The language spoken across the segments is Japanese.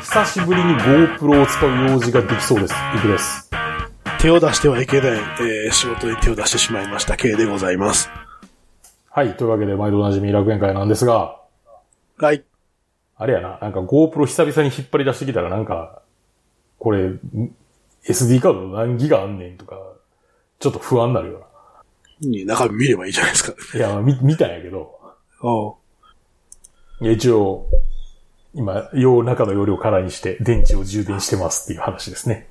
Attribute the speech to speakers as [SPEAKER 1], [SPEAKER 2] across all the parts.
[SPEAKER 1] 久しぶりに GoPro を使う用事ができそうです。いくです。
[SPEAKER 2] 手を出してはいけない、えー仕事に手を出してしまいました系でございます。
[SPEAKER 1] はい。というわけで、毎度おなじみ楽園会なんですが、
[SPEAKER 2] はい。
[SPEAKER 1] あれやな、なんか GoPro 久々に引っ張り出してきたらなんか、これ、ん SD カード何ギガあんねんとか、ちょっと不安になるよ
[SPEAKER 2] に中身見ればいいじゃないです
[SPEAKER 1] な。
[SPEAKER 2] か。
[SPEAKER 1] いや、み見たんやけど、
[SPEAKER 2] お
[SPEAKER 1] いや一応、今、容中の容量空にして、電池を充電してますっていう話ですね。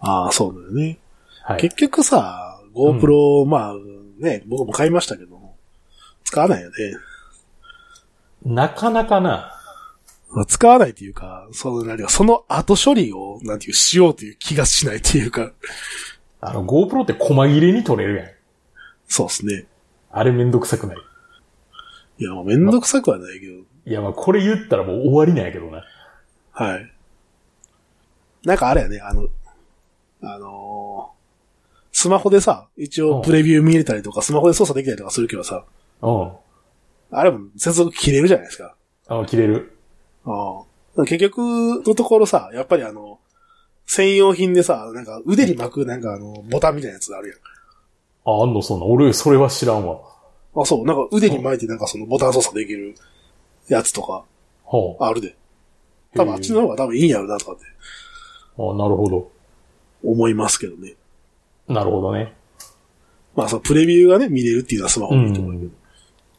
[SPEAKER 2] ああ、そうだよね。
[SPEAKER 1] はい。
[SPEAKER 2] 結局さ、GoPro、まあ、ね、僕も買いましたけど、使わないよね。
[SPEAKER 1] なかなかな、
[SPEAKER 2] まあ使わないというか、その、なにか、その後処理を、なんていう、しようという気がしないというか、
[SPEAKER 1] あの GoPro って細切れに撮れるやん。
[SPEAKER 2] そうですね。
[SPEAKER 1] あれめんどくさくない。
[SPEAKER 2] いや、もうめんどくさくはないけど、
[SPEAKER 1] いや、まあこれ言ったらもう終わりなんやけどな。
[SPEAKER 2] はい。なんかあれやね、あの、あのースマホでさ、一
[SPEAKER 1] う
[SPEAKER 2] 応
[SPEAKER 1] ん
[SPEAKER 2] プレビュー見れたりとか、スマホで操作できたりとかするけどさ、
[SPEAKER 1] うん。
[SPEAKER 2] あれも接続切れるじゃないですか。
[SPEAKER 1] あの、切れる。
[SPEAKER 2] うん。結局のところさ、やっぱりあの、専用品でさ、なんか腕に巻くなんかあの、ボタンみたいなやつあるやん。
[SPEAKER 1] あ、あんの、そんな。俺、それは知らんわ。
[SPEAKER 2] あ、そう、なんか腕に巻いてなんかそのボタン操作できるやつとか、
[SPEAKER 1] はあ。
[SPEAKER 2] あるで。多分あっちの方が多分いいんやろなとかって
[SPEAKER 1] あ、なるほど。
[SPEAKER 2] 思いますけどね。
[SPEAKER 1] なるほどね。
[SPEAKER 2] まあそのプレビューがね、見れるっていうのはスマホのいいと思うけど。
[SPEAKER 1] うん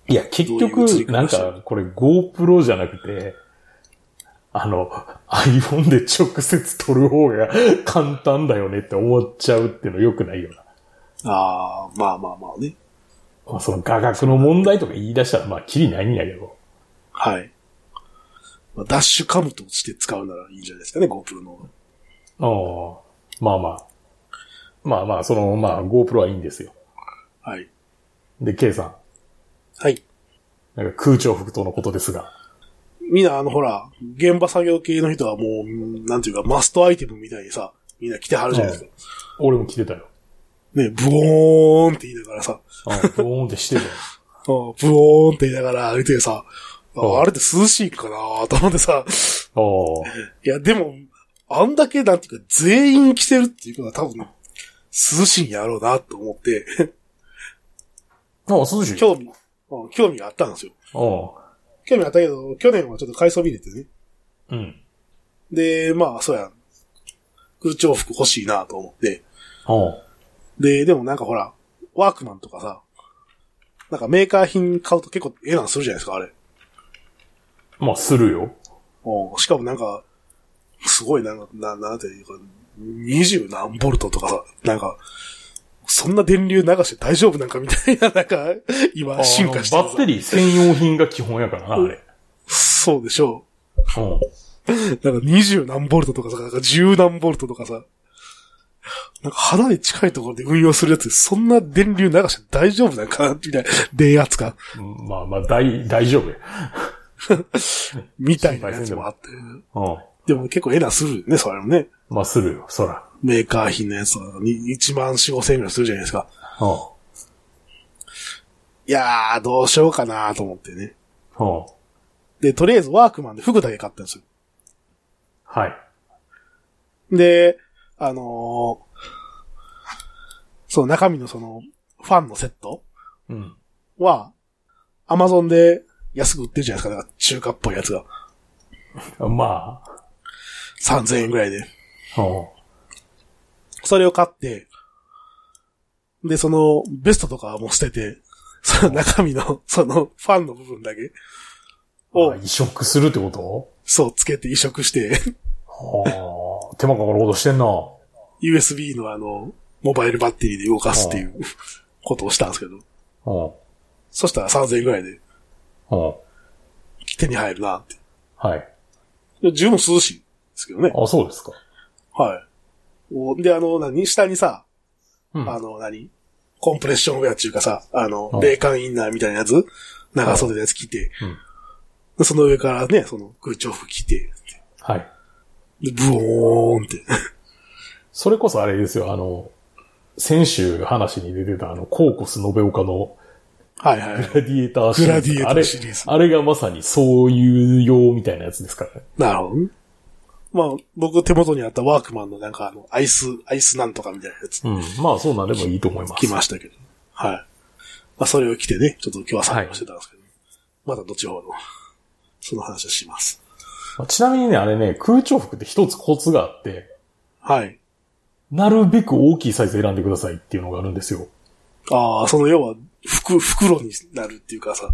[SPEAKER 1] いや、結
[SPEAKER 2] どういう映り
[SPEAKER 1] 局、
[SPEAKER 2] 方
[SPEAKER 1] なん
[SPEAKER 2] してる
[SPEAKER 1] か、これ GoPro じゃなくて、あの、iPhone で直接撮る方が 簡単だよねって思っちゃうっていうの良くないよな。
[SPEAKER 2] ああ、まあまあまあね。
[SPEAKER 1] まあ、その画角の問題とか言い出したら、まあ、きりないんやけど。
[SPEAKER 2] はい。まあ、ダッシュカムとして使うならいいんじゃないですかね、GoPro の方が。
[SPEAKER 1] うん。まあまあ。まあまあ、その、まあ、GoPro はいいんですよ。
[SPEAKER 2] はい。
[SPEAKER 1] で、K さん。
[SPEAKER 2] はい。
[SPEAKER 1] なんか空調服とのことですが。
[SPEAKER 2] みんなあのほら、現場作業系の人はもう、うんなんていうか、マストアイテムみたいにさ、みんな着てはるじゃないですか。
[SPEAKER 1] 俺も着てたよ。
[SPEAKER 2] ね、ブオーンって言いながらさ、
[SPEAKER 1] うん、ドーンって してたよ。
[SPEAKER 2] あブオーンって言いながら歩いてさ、
[SPEAKER 1] うん
[SPEAKER 2] ああれって涼しいんかなと思って
[SPEAKER 1] あ
[SPEAKER 2] さ、
[SPEAKER 1] あ。
[SPEAKER 2] いやでも、あんだけなんていうか、全員着てるっていうことは多分、涼しいんやろうなと思って、
[SPEAKER 1] ああ、涼しい。
[SPEAKER 2] 興味、うん興味があったんですよ。
[SPEAKER 1] う
[SPEAKER 2] 興味あったけど、去年はちょっと改装見れてね。
[SPEAKER 1] ん。うん。
[SPEAKER 2] で、まあ、そうやん。空調服欲しいなと思って。
[SPEAKER 1] うん。
[SPEAKER 2] で、でもなんかほら、ワークマンとかさ、なんかメーカー品買うと結構ええなんするじゃないですか、あれ。
[SPEAKER 1] まあ、するよ。
[SPEAKER 2] うんしかもなんか、すごいなんか、な、なんていうか、20何ボルトとかさ、なんか、そんな電流流して大丈夫なんかみたいな、なんか、今進化して
[SPEAKER 1] あのバッテ
[SPEAKER 2] リー
[SPEAKER 1] リー専用品が基本やからな、あれ。
[SPEAKER 2] そうでしょう。
[SPEAKER 1] うん。
[SPEAKER 2] なんか20何ボルトとかさ、なんか10何ボルトとかさ、なんか肌に近いところで運用するやつで、そんな電流流して大丈夫なんかなみたいな、電圧か、
[SPEAKER 1] まあまあ、大、大丈夫や。
[SPEAKER 2] みたいなやつもあって。
[SPEAKER 1] うん。
[SPEAKER 2] でも結構エラーするよね、それもね。
[SPEAKER 1] まあ、するよ、そら。
[SPEAKER 2] メーカー品のやつは、に1万4、5千円ぐらいするじゃないですか。
[SPEAKER 1] うん。
[SPEAKER 2] いやー、どうしようかなと思ってね。
[SPEAKER 1] うん。
[SPEAKER 2] で、とりあえずワークマンで服だけ買ったんですよ。
[SPEAKER 1] はい。
[SPEAKER 2] で、あのー、その中身のその、ファンのセット
[SPEAKER 1] うん。
[SPEAKER 2] は、アマゾンで安く売ってるじゃないですか。なんか中華っぽいやつが。
[SPEAKER 1] ま
[SPEAKER 2] 3000円ぐらいで。
[SPEAKER 1] あ、うん。
[SPEAKER 2] それを買って、で、その、ベストとかはもう捨てて、その中身の、その、ファンの部分だけを
[SPEAKER 1] あ、移植するってこと
[SPEAKER 2] そうつけて移植して、
[SPEAKER 1] はあ。手間かかることしてんな。う
[SPEAKER 2] USB のあの、モバイルバッテリーで動かすっていうことをしたんですけど、
[SPEAKER 1] ん。
[SPEAKER 2] そしたら3000円ぐらいで
[SPEAKER 1] うん。
[SPEAKER 2] 手に入るなって。
[SPEAKER 1] はい。
[SPEAKER 2] で十分涼しいですけどね。
[SPEAKER 1] あ、そうですか。
[SPEAKER 2] はい。おで、あの、何下にさ、
[SPEAKER 1] うん。
[SPEAKER 2] あ
[SPEAKER 1] あ
[SPEAKER 2] の、何コンプレッションウェアっていうかさ、あ
[SPEAKER 1] う
[SPEAKER 2] の
[SPEAKER 1] ん、
[SPEAKER 2] 冷感インナーみたいなやつ長袖のやつ着て、
[SPEAKER 1] うん
[SPEAKER 2] でその上からね、その空調服着て、
[SPEAKER 1] はい。
[SPEAKER 2] でブオーンって。
[SPEAKER 1] それこそあれですよ、あの、先週話に出てたあの、コーコス延岡の
[SPEAKER 2] はいはい。
[SPEAKER 1] グラディエーターシリーズ。
[SPEAKER 2] グラディエーターシリーズ
[SPEAKER 1] あれ。あれがまさにそういう用みたいなやつですからね。
[SPEAKER 2] なるほどね。まあ、僕手元にあったワークマンのなんかあの、アイス、アイスなんとかみたいなやつ
[SPEAKER 1] うん。まあ、そうなればいいと思います。
[SPEAKER 2] 来ましたけど。はい。まあ、それを着てね、ちょっと今日は作業してたんですけど、また後ほど、その話をします。
[SPEAKER 1] まあちなみにね、あれね、空調服って一つコツがあって、
[SPEAKER 2] はい。
[SPEAKER 1] なるべく大きいサイズ選んでくださいっていうのがあるんですよ。
[SPEAKER 2] ああ、その要は、服、袋になるっていうかさ、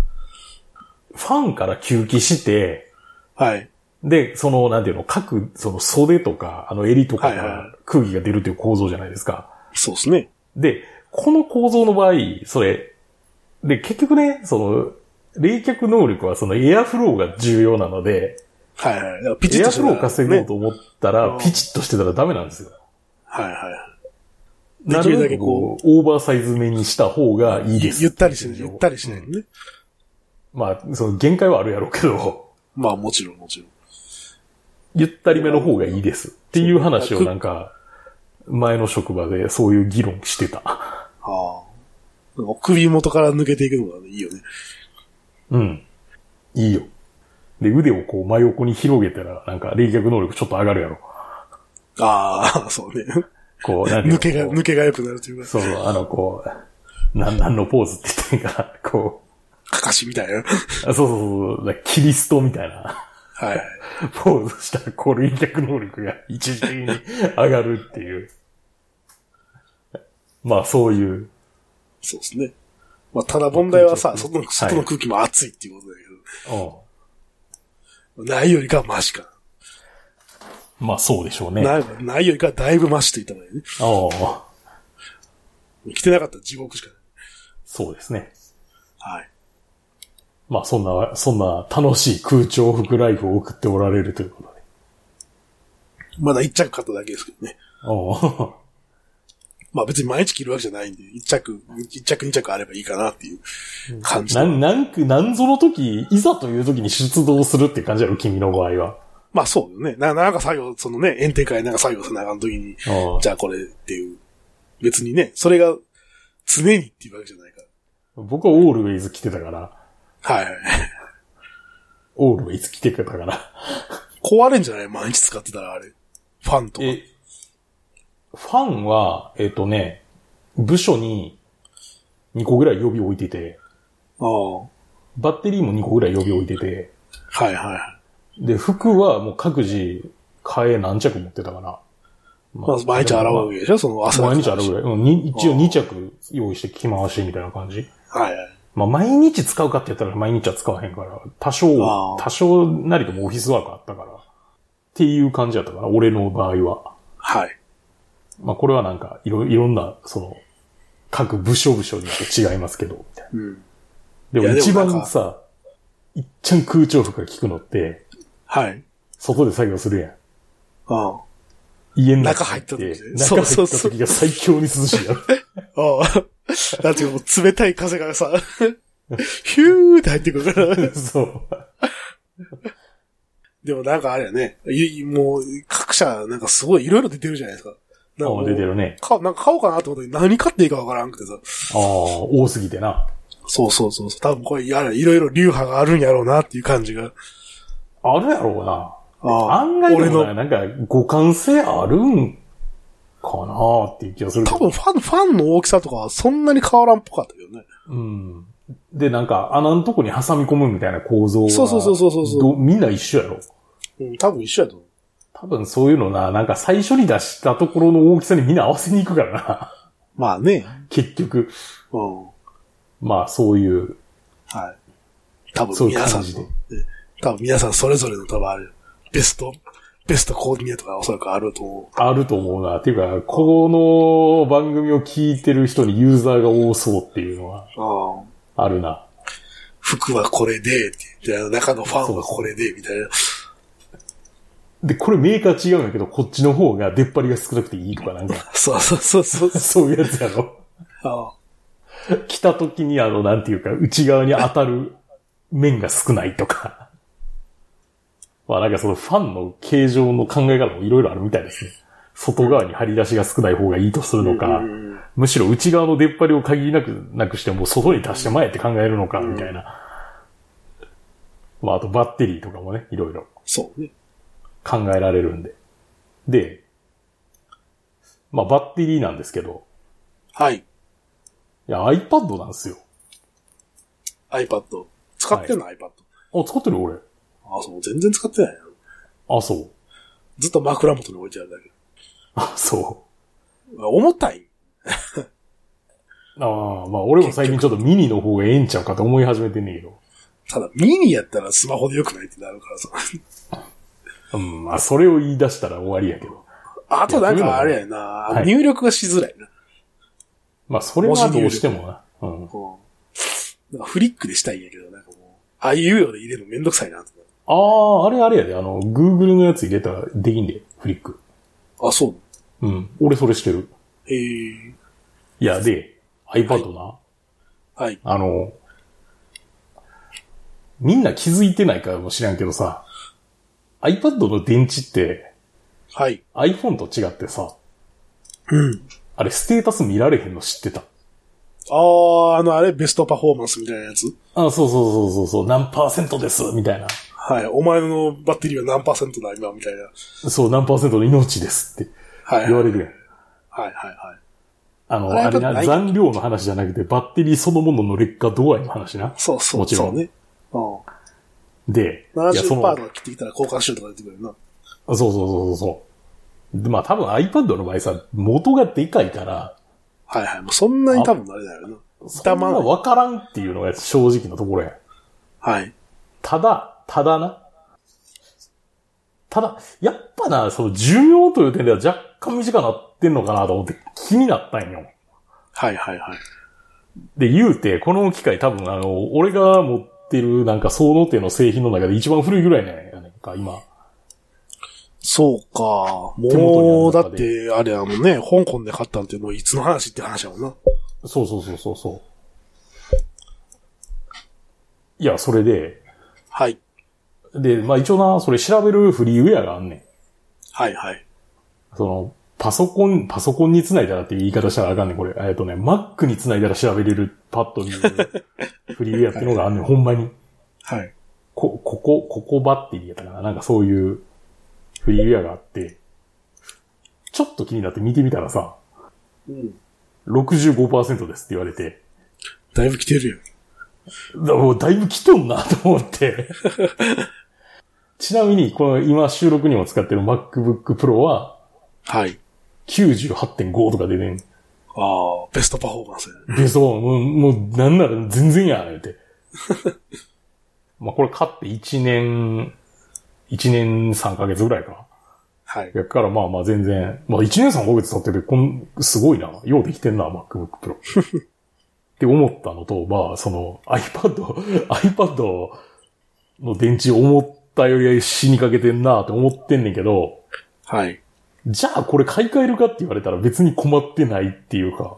[SPEAKER 1] ファンから吸気して、
[SPEAKER 2] はい。
[SPEAKER 1] で、その、なんていうの、各、その袖とか、あの襟とかか
[SPEAKER 2] はいは
[SPEAKER 1] ら空気が出るという構造じゃないですか。
[SPEAKER 2] そうですね。
[SPEAKER 1] で、この構造の場合、それ、で、結局ね、その、冷却能力はそのエアフローが重要なので、
[SPEAKER 2] はいはい。だからピチッ
[SPEAKER 1] エ
[SPEAKER 2] と
[SPEAKER 1] ア
[SPEAKER 2] し
[SPEAKER 1] フ
[SPEAKER 2] て
[SPEAKER 1] ロ
[SPEAKER 2] たら
[SPEAKER 1] ーを稼ごう
[SPEAKER 2] ね。
[SPEAKER 1] と思ったら
[SPEAKER 2] う、ん
[SPEAKER 1] ピチッとしてたらダメなんですよ。
[SPEAKER 2] はいはい。で
[SPEAKER 1] な
[SPEAKER 2] き
[SPEAKER 1] る
[SPEAKER 2] るだ
[SPEAKER 1] べ
[SPEAKER 2] け
[SPEAKER 1] くこ
[SPEAKER 2] こ
[SPEAKER 1] う、オーバーサイズめにした方がいいです。
[SPEAKER 2] ゆったりしない、ゆったりしない
[SPEAKER 1] うん
[SPEAKER 2] のね。
[SPEAKER 1] まあ、その限界はあるやろうけど、
[SPEAKER 2] まあもちろんもちろん。
[SPEAKER 1] ゆったりめの方がいいです。っていう話をなんか、前の職場でそういう議論してた。
[SPEAKER 2] ああ。なんか首元から抜けていくのがねいいよね。
[SPEAKER 1] うん。いいよ。で、腕をこう真横に広げたら、なんか冷却能力ちょっと上がるやろ。
[SPEAKER 2] ああ、 そうね。
[SPEAKER 1] こう、なんていうの
[SPEAKER 2] 抜けが、
[SPEAKER 1] こ
[SPEAKER 2] 抜けが良くなるという
[SPEAKER 1] う
[SPEAKER 2] か、
[SPEAKER 1] そう、あの、こう、なん、なんのポーズって言ったらいいかな、 こ
[SPEAKER 2] かかしみた いな。
[SPEAKER 1] う、あそうそうそう、だからキリストみたいな
[SPEAKER 2] はい。
[SPEAKER 1] ポーズしたら、こう、冷却能力が一時的に上がるっていう。 まあ、そういう。
[SPEAKER 2] そうですね。まあ、ただ問題はさ、外の外の空気も暑いっていうことだ
[SPEAKER 1] う
[SPEAKER 2] けど、ないよりかはマシか。
[SPEAKER 1] ん。まあ、そうでしょうね。あ
[SPEAKER 2] ない、ないよりかはだいぶマシと言った方がいいね。
[SPEAKER 1] あ、
[SPEAKER 2] 来てなかったら地獄しかない。
[SPEAKER 1] そうですね。
[SPEAKER 2] はい。
[SPEAKER 1] まあ、そんな、そんな楽しい空調服ライフを送っておられるということで。
[SPEAKER 2] まだ一着買っただけですけどね。
[SPEAKER 1] おう
[SPEAKER 2] まあ別に毎日着るわけじゃないんで、一着、一着二着あればいいかなっていう感じ。
[SPEAKER 1] なん、なんく、なんぞの時、いざという時に出動するって感じやろ、君の場合は。
[SPEAKER 2] まあそうよね。な、なんか作業、そのね、園庭会なんか作業せなあかんときに、
[SPEAKER 1] うん
[SPEAKER 2] じゃあこれっていう。別にね、それが常にっていうわけじゃないか
[SPEAKER 1] 僕はオールウェイズ着てたから、
[SPEAKER 2] ら。はいはい。
[SPEAKER 1] オールウェイズ着てたから。
[SPEAKER 2] 壊れんじゃない毎日使ってたらあれ。ファンとか。
[SPEAKER 1] え、ファンは、えっ、とね、部署に2個ぐらい予備置いてて、
[SPEAKER 2] ああ。は
[SPEAKER 1] バッテリーも2個ぐらい予備置いてて、
[SPEAKER 2] いはいはい。
[SPEAKER 1] で、服はもう各自、替え何着持ってたかな。
[SPEAKER 2] まあ毎日洗うわけでしょその朝
[SPEAKER 1] 毎日洗うぐ
[SPEAKER 2] い。
[SPEAKER 1] らい。うん、に一応
[SPEAKER 2] あー
[SPEAKER 1] 2着用意して着回しみたいな感じ。
[SPEAKER 2] はいはい。
[SPEAKER 1] まあ、毎日使うかって言ったら毎日は使わへんから、多少
[SPEAKER 2] あ、ー
[SPEAKER 1] 多少なりともオフィスワークあったから、っていう感じだったから、俺の場合は。
[SPEAKER 2] はい。
[SPEAKER 1] まあ、これはなんか、いろ、いろんな、その、各部署部署によって違いますけど、みたい
[SPEAKER 2] う
[SPEAKER 1] な。
[SPEAKER 2] ん。い
[SPEAKER 1] で
[SPEAKER 2] や
[SPEAKER 1] も
[SPEAKER 2] でも
[SPEAKER 1] 一
[SPEAKER 2] なん
[SPEAKER 1] 番
[SPEAKER 2] か
[SPEAKER 1] さ、いっちゃん空調服が効くのって、
[SPEAKER 2] はい。
[SPEAKER 1] 外で作業するやん。
[SPEAKER 2] ああ。
[SPEAKER 1] 家の中
[SPEAKER 2] 中入
[SPEAKER 1] 入
[SPEAKER 2] っ
[SPEAKER 1] ったた
[SPEAKER 2] 時
[SPEAKER 1] 時
[SPEAKER 2] ね
[SPEAKER 1] 中
[SPEAKER 2] そう
[SPEAKER 1] 入
[SPEAKER 2] そう
[SPEAKER 1] っ
[SPEAKER 2] そ
[SPEAKER 1] た
[SPEAKER 2] う
[SPEAKER 1] 時が最強に涼しいやろ。
[SPEAKER 2] ああ。 なんていうかもう冷たい風がさ、 ヒューって入ってくるか ら。
[SPEAKER 1] そう。
[SPEAKER 2] でもなんかあれやね、いもう各社なんかすごいいろいろ出てるじゃないですか。なんかも
[SPEAKER 1] あ
[SPEAKER 2] う
[SPEAKER 1] あ出てるね。
[SPEAKER 2] かなんか買おうかなってことに何買っていいかわからんくてさ。
[SPEAKER 1] ああ、多すぎてな。
[SPEAKER 2] そうそうそうそう。多分これやれ、いろいろ流派があるんやろうなっていう感じが。
[SPEAKER 1] あるやろうな。
[SPEAKER 2] あ
[SPEAKER 1] 案外で
[SPEAKER 2] 俺
[SPEAKER 1] もな
[SPEAKER 2] の、
[SPEAKER 1] なんか、互換性あるんかなっていう気がするけど
[SPEAKER 2] 多分ファン、ファンの大きさとかはそんなに変わらんっぽかったけどね。
[SPEAKER 1] うん。で、なんか、穴のとこに挟み込むみたいな構造は
[SPEAKER 2] そうそうそうそうそうそう
[SPEAKER 1] どみんな一緒やろ。
[SPEAKER 2] うん、多分一緒やと思う。
[SPEAKER 1] 多分そういうのな、なんか最初に出したところの大きさにみんな合わせに行くからな。
[SPEAKER 2] まあね。
[SPEAKER 1] 結局、
[SPEAKER 2] うん。は
[SPEAKER 1] まあそういう、
[SPEAKER 2] い。多
[SPEAKER 1] そ
[SPEAKER 2] 分
[SPEAKER 1] ういう
[SPEAKER 2] 皆さ
[SPEAKER 1] 感
[SPEAKER 2] ん
[SPEAKER 1] じで
[SPEAKER 2] の、。多分皆さんそれぞれの多分ある。ベスト、ベストコーディネートがおそらくあると思う。
[SPEAKER 1] あると思うな。っていうか、この番組を聞いてる人にユーザーが多そうっていうのは
[SPEAKER 2] ああ。
[SPEAKER 1] あるな。
[SPEAKER 2] 服はこれで、って言って、中のファンはこれで、みたいな。
[SPEAKER 1] で、これメーカー違うんやけど、こっちの方が出っ張りが少なくていいとかなんか、
[SPEAKER 2] そうそうそうそう。
[SPEAKER 1] そういうやつやろ。
[SPEAKER 2] あ
[SPEAKER 1] 来た時にあの、なんていうか、内側に当たる面が少ないとか。 まあなんかそのファンの形状の考え方もいろいろあるみたいですね。外側に張り出しが少ない方がいいとするのか、むしろ内側の出っ張りを限りなくなくしてもう外に出して前って考えるのか、みたいな。まああとバッテリーとかもね、いろいろ。
[SPEAKER 2] そうね。
[SPEAKER 1] 考えられるんで。で、まあバッテリーなんですけど、
[SPEAKER 2] はい。
[SPEAKER 1] いや iPad なんですよ。
[SPEAKER 2] iPad。使ってんの、iPad。
[SPEAKER 1] あ、使ってる俺。
[SPEAKER 2] あ、そう、全然使ってないな。
[SPEAKER 1] あ、そう。
[SPEAKER 2] ずっと枕元に置いてあるだけ。
[SPEAKER 1] あ、そ
[SPEAKER 2] 重たい。
[SPEAKER 1] う。ああ、まあ俺も最近ちょっとミニの方がええんちゃうかと思い始めてんねんけど。
[SPEAKER 2] ただ、ミニやったらスマホで良くないってなるからさ。
[SPEAKER 1] うん、まあそれを言い出したら終わりやけど。
[SPEAKER 2] あとなんかあれやな、
[SPEAKER 1] はい
[SPEAKER 2] 入力がしづらいな。
[SPEAKER 1] まあそれはどうしてもな。うん。
[SPEAKER 2] うんなんかフリックでしたいんやけど、なんかもう、ああいうようで入れるのめんどくさいなってなる
[SPEAKER 1] ああ、あれあれやで、あの、Google のやつ入れたらできんで、フリック。
[SPEAKER 2] あ、そう。
[SPEAKER 1] うん。俺それしてる。
[SPEAKER 2] へえ。
[SPEAKER 1] いや、で、iPad な、
[SPEAKER 2] はい。
[SPEAKER 1] あの、みんな気づいてないかもしれんけどさ、iPad の電池って
[SPEAKER 2] はい。
[SPEAKER 1] iPhone と違ってさ、
[SPEAKER 2] うん。
[SPEAKER 1] あれステータス見られへんの知ってた。
[SPEAKER 2] ああ、あの、あれ、ベストパフォーマンスみたいなやつ
[SPEAKER 1] あ、そうそうそうそうそう、何パーセントです、みたいな。
[SPEAKER 2] はい。お前のバッテリーは何パーセントだ、今、みたいな。
[SPEAKER 1] そう、何パーセントの命ですって
[SPEAKER 2] はい。
[SPEAKER 1] 言われるやん。
[SPEAKER 2] はい、はい、はい。
[SPEAKER 1] あの、
[SPEAKER 2] あれ
[SPEAKER 1] あれな、
[SPEAKER 2] ない
[SPEAKER 1] 残量の話じゃなくて、バッテリーそのものの劣化度合いの話な。
[SPEAKER 2] そうそう。
[SPEAKER 1] もちろん
[SPEAKER 2] そうね。う
[SPEAKER 1] で、
[SPEAKER 2] ん。
[SPEAKER 1] いやそ
[SPEAKER 2] 70%
[SPEAKER 1] の
[SPEAKER 2] とか切ってきたら交換しようとか言ってくれるな。
[SPEAKER 1] そうそうそうそう。でまあ多分 iPad の場合さ、元がでかいから、
[SPEAKER 2] はいはい。もうそんなに多分慣れないよな。
[SPEAKER 1] そんなわからんっていうのが正直なところや。
[SPEAKER 2] はい。
[SPEAKER 1] ただ、ただな。ただ、やっぱな、その寿命という点では若干短くなってんのかなと思って気になったんよ。
[SPEAKER 2] はいはいはい。
[SPEAKER 1] で、言うて、この機械多分あの、俺が持ってるなんか総能店の製品の中で一番古いぐらいなんやねんか、今。
[SPEAKER 2] そうか。
[SPEAKER 1] 手元にあ
[SPEAKER 2] も
[SPEAKER 1] る
[SPEAKER 2] う、だ
[SPEAKER 1] 中
[SPEAKER 2] っ
[SPEAKER 1] で
[SPEAKER 2] て、あれやもんね、香港で買ったんってもういつの話って話やもんな。
[SPEAKER 1] そうそうそうそうそう。いや、それで、
[SPEAKER 2] はい。
[SPEAKER 1] で、まあ一応な、それ調べるフリーウェアがあんねん。
[SPEAKER 2] はいはい。
[SPEAKER 1] その、パソコン、パソコンにつないだらっていう言い方したらあかんねん、これ。えっとね、Mac につないだら調べれるパッドに、フリーウェアっていうのがあんねん、ほんまに。
[SPEAKER 2] はい。
[SPEAKER 1] こ、ここ、ここバッテリーやったかな。なんかそういうフリーウェアがあって、ちょっと気になって見てみたらさ、
[SPEAKER 2] うん。
[SPEAKER 1] 65%ですって言われて、
[SPEAKER 2] だいぶ来てるよ。
[SPEAKER 1] だもうだいぶ来とんなと思って。ちなみに、この今収録にも使ってる MacBook Pro は
[SPEAKER 2] はい。
[SPEAKER 1] 98.5とかでねん、
[SPEAKER 2] ああ、ベストパフォーマンスやね。
[SPEAKER 1] で、そう、もう、もう、なんなら全然や、言うて。まあ、これ買って1年、1年3ヶ月ぐらいか
[SPEAKER 2] はい。
[SPEAKER 1] な。だからまあまあ全然、まあ1年3ヶ月経ってて、こん、すごいな。ようできてんな、MacBook Pro。って思ったのと、まあ、その iPad、iPad の電池思ったより死にかけてんなって思ってんねんけど、
[SPEAKER 2] はい。
[SPEAKER 1] じゃあこれ買い替えるかって言われたら別に困ってないっていうか、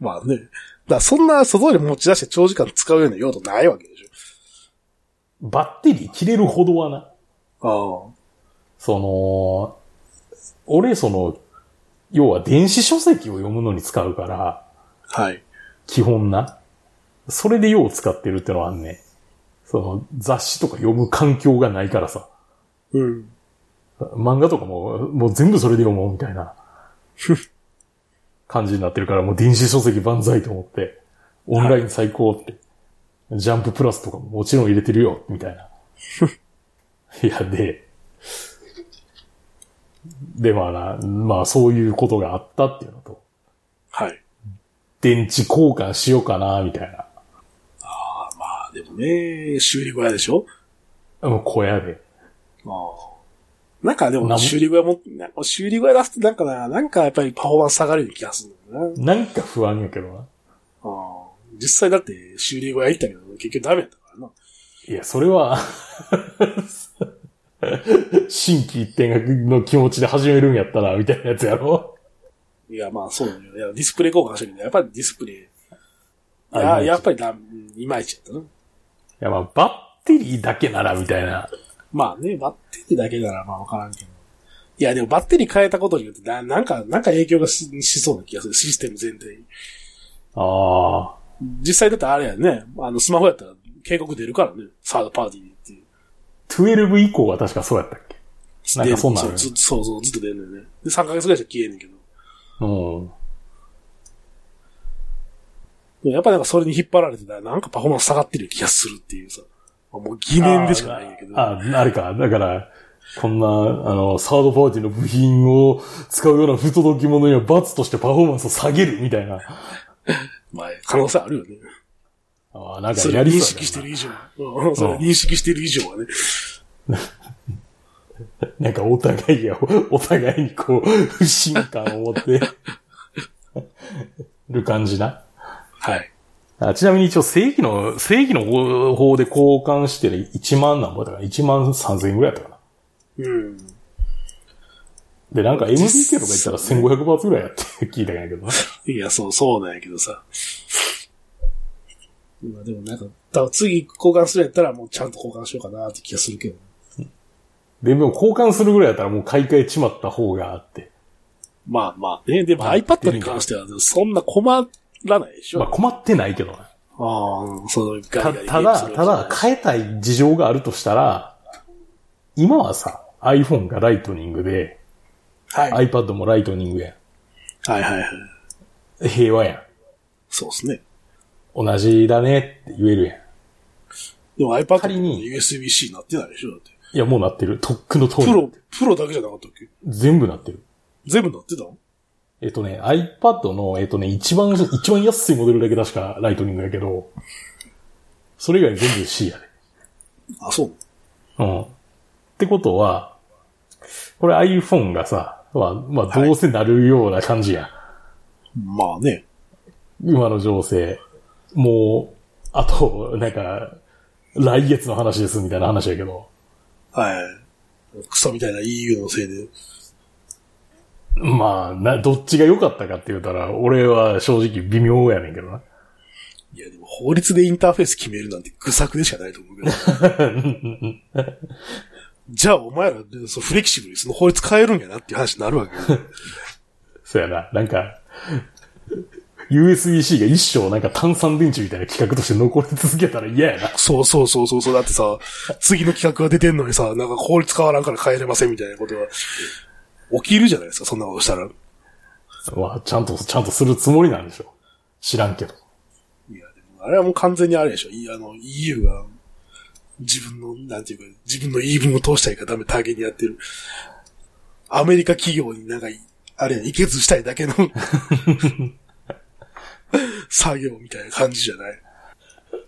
[SPEAKER 2] まあね。だからそんな外で持ち出して長時間使うような用途ないわけでし
[SPEAKER 1] バッテリー切れるほどはな。
[SPEAKER 2] ょ。
[SPEAKER 1] その、俺、その、要は電子書籍を読むのに使うから、
[SPEAKER 2] ああ。はい。
[SPEAKER 1] 基本な。それでよう使ってるってのはあんね。その、雑誌とか読む環境がないからさ。
[SPEAKER 2] うん。
[SPEAKER 1] 漫画とかも、もう全部それで読もうみたいな
[SPEAKER 2] ふっ
[SPEAKER 1] 感じになってるから、もう電子書籍万歳と思って、オンライン最高って、ジャンププラスとかももちろん入れてるよ、みたいな。いや、で、で、まあな、まあそういうことがあったっていうのと、
[SPEAKER 2] はい。
[SPEAKER 1] 電池交換しようかな、みたいな。
[SPEAKER 2] まあでもね、修理小屋でしょ
[SPEAKER 1] もう小屋で。
[SPEAKER 2] ああ。なんかでも、修理小屋も、なんか修理小屋出すとなんかな、なんかやっぱりパフォーマンス下がるような気がするんだよな。
[SPEAKER 1] なんか不安やけどな。
[SPEAKER 2] ああ。実際だって修理小屋行ったけど、結局ダメだったからな。
[SPEAKER 1] いや、それは、新規一点の気持ちで始めるんやったら、みたいなやつやろ
[SPEAKER 2] いや、まあそうだよ。いや、ディスプレイ交換したけど、やっぱりディスプレイ。い
[SPEAKER 1] あいま
[SPEAKER 2] や、
[SPEAKER 1] いち
[SPEAKER 2] やっぱりだ、うんいまいちだったな。
[SPEAKER 1] いや、まあ、バッテリーだけなら、みたいな。
[SPEAKER 2] まあね、バッテリーだけならまあわからんけど。いや、でもバッテリー変えたことによってな、なんか、なんか影響がししそうな気がする。システム全体に。
[SPEAKER 1] ああ。
[SPEAKER 2] 実際だってあれやね、あの、スマホやったら警告出るからね、サードパーティーっていう。
[SPEAKER 1] 12以降は確かそうやったっけなんかそんなんあ
[SPEAKER 2] そ
[SPEAKER 1] る
[SPEAKER 2] うずそうそう、ずっと出んのよね。で、3ヶ月ぐらいしか消えんねんけど。
[SPEAKER 1] うん。
[SPEAKER 2] でもやっぱなんかそれに引っ張られてたら、なんかパフォーマンス下がってる気がするっていうさ。もう疑念でしかないんやけど。
[SPEAKER 1] あ、あれか。だから、こんな、あの、サードパーティーの部品を使うような不届き者には罰としてパフォーマンスを下げるみたいな。
[SPEAKER 2] まあ、可能性あるよね。
[SPEAKER 1] あなんか
[SPEAKER 2] それ
[SPEAKER 1] や
[SPEAKER 2] を
[SPEAKER 1] り
[SPEAKER 2] 認
[SPEAKER 1] そう
[SPEAKER 2] 識してる以上。うんそれを
[SPEAKER 1] うん
[SPEAKER 2] 認識してる以上はね。
[SPEAKER 1] やな。なんかお互いや、お互いにこう、不信感を持ってる感じな。
[SPEAKER 2] はい。
[SPEAKER 1] あちなみに一応正規の、正規の方で交換してる1万なんぼだから、1万3000円ぐらいだったかな。
[SPEAKER 2] うん。
[SPEAKER 1] で、なんか MDK とか言ったら1500バーツぐらいやって聞いたんやけどな。
[SPEAKER 2] いや、そう、そうなんやけどさ。まあでもなんか、だから次交換するんやったらもうちゃんと交換しようかなって気がするけど。
[SPEAKER 1] で、でも交換するぐらいやったらもう買い替えちまった方があって。
[SPEAKER 2] まあまあね、でも
[SPEAKER 1] はい
[SPEAKER 2] iPad に関してはそんな困らないでしょ。
[SPEAKER 1] まあ困ってないけどな。
[SPEAKER 2] ああ、そう、
[SPEAKER 1] たただ、ただ、変えたい事情があるとしたら、今はさ、iPhone がライトニングで、
[SPEAKER 2] はい、はい
[SPEAKER 1] iPad もライトニングや
[SPEAKER 2] はいはい。
[SPEAKER 1] ん。平和やん。
[SPEAKER 2] そうですね。
[SPEAKER 1] 同じだねって言えるやん。
[SPEAKER 2] でも iPad
[SPEAKER 1] 仮に
[SPEAKER 2] USB-C なってないでしょだって。
[SPEAKER 1] いや、もうなってる。とっくの通
[SPEAKER 2] プ
[SPEAKER 1] り。
[SPEAKER 2] ロ、プロだけじゃなかったっけ
[SPEAKER 1] 全部なってる。
[SPEAKER 2] 全部なってたの
[SPEAKER 1] えっとね、iPad の、えっとね、一番、一番安いモデルだけ確かライトニングやけど、それ以外全部 C やで。
[SPEAKER 2] あ、そう。
[SPEAKER 1] うん。ってことは、これ iPhone がさ、まあ、まあ、どうせなるような感じやん。
[SPEAKER 2] まあね。
[SPEAKER 1] 今の情勢。もう、あと、なんか、来月の話ですみたいな話やけど。
[SPEAKER 2] はい。クソみたいな EU のせいで。
[SPEAKER 1] まあ、な、どっちが良かったかって言うたら、俺は正直微妙やねんけどな。
[SPEAKER 2] いや、でも法律でインターフェース決めるなんて愚策でしかないと思うけど。 じゃあお前ら、そうフレキシブルにその法律変えるんやなっていう話になるわけよ。
[SPEAKER 1] そうやな。なんか、USB-C が一生なんか炭酸電池みたいな企画として残り続けたら嫌やな。
[SPEAKER 2] そうそうそうそうそう。だってさ、次の企画が出てんのにさ、なんか法律変わらんから変えれませんみたいなことが起きるじゃないですか、そんなことしたら。い
[SPEAKER 1] まあ、ちゃんと、ちゃんとするつもりなんでしょ。知らんけど。
[SPEAKER 2] や、でもあれはもう完全にあれでしょ。いあの、EU が自分の、なんていうか、自分の言い分を通したいからダメ、ターゲにやってる。アメリカ企業になんかい、あれや、いけずしたいだ けの作業みたいな感じじゃない。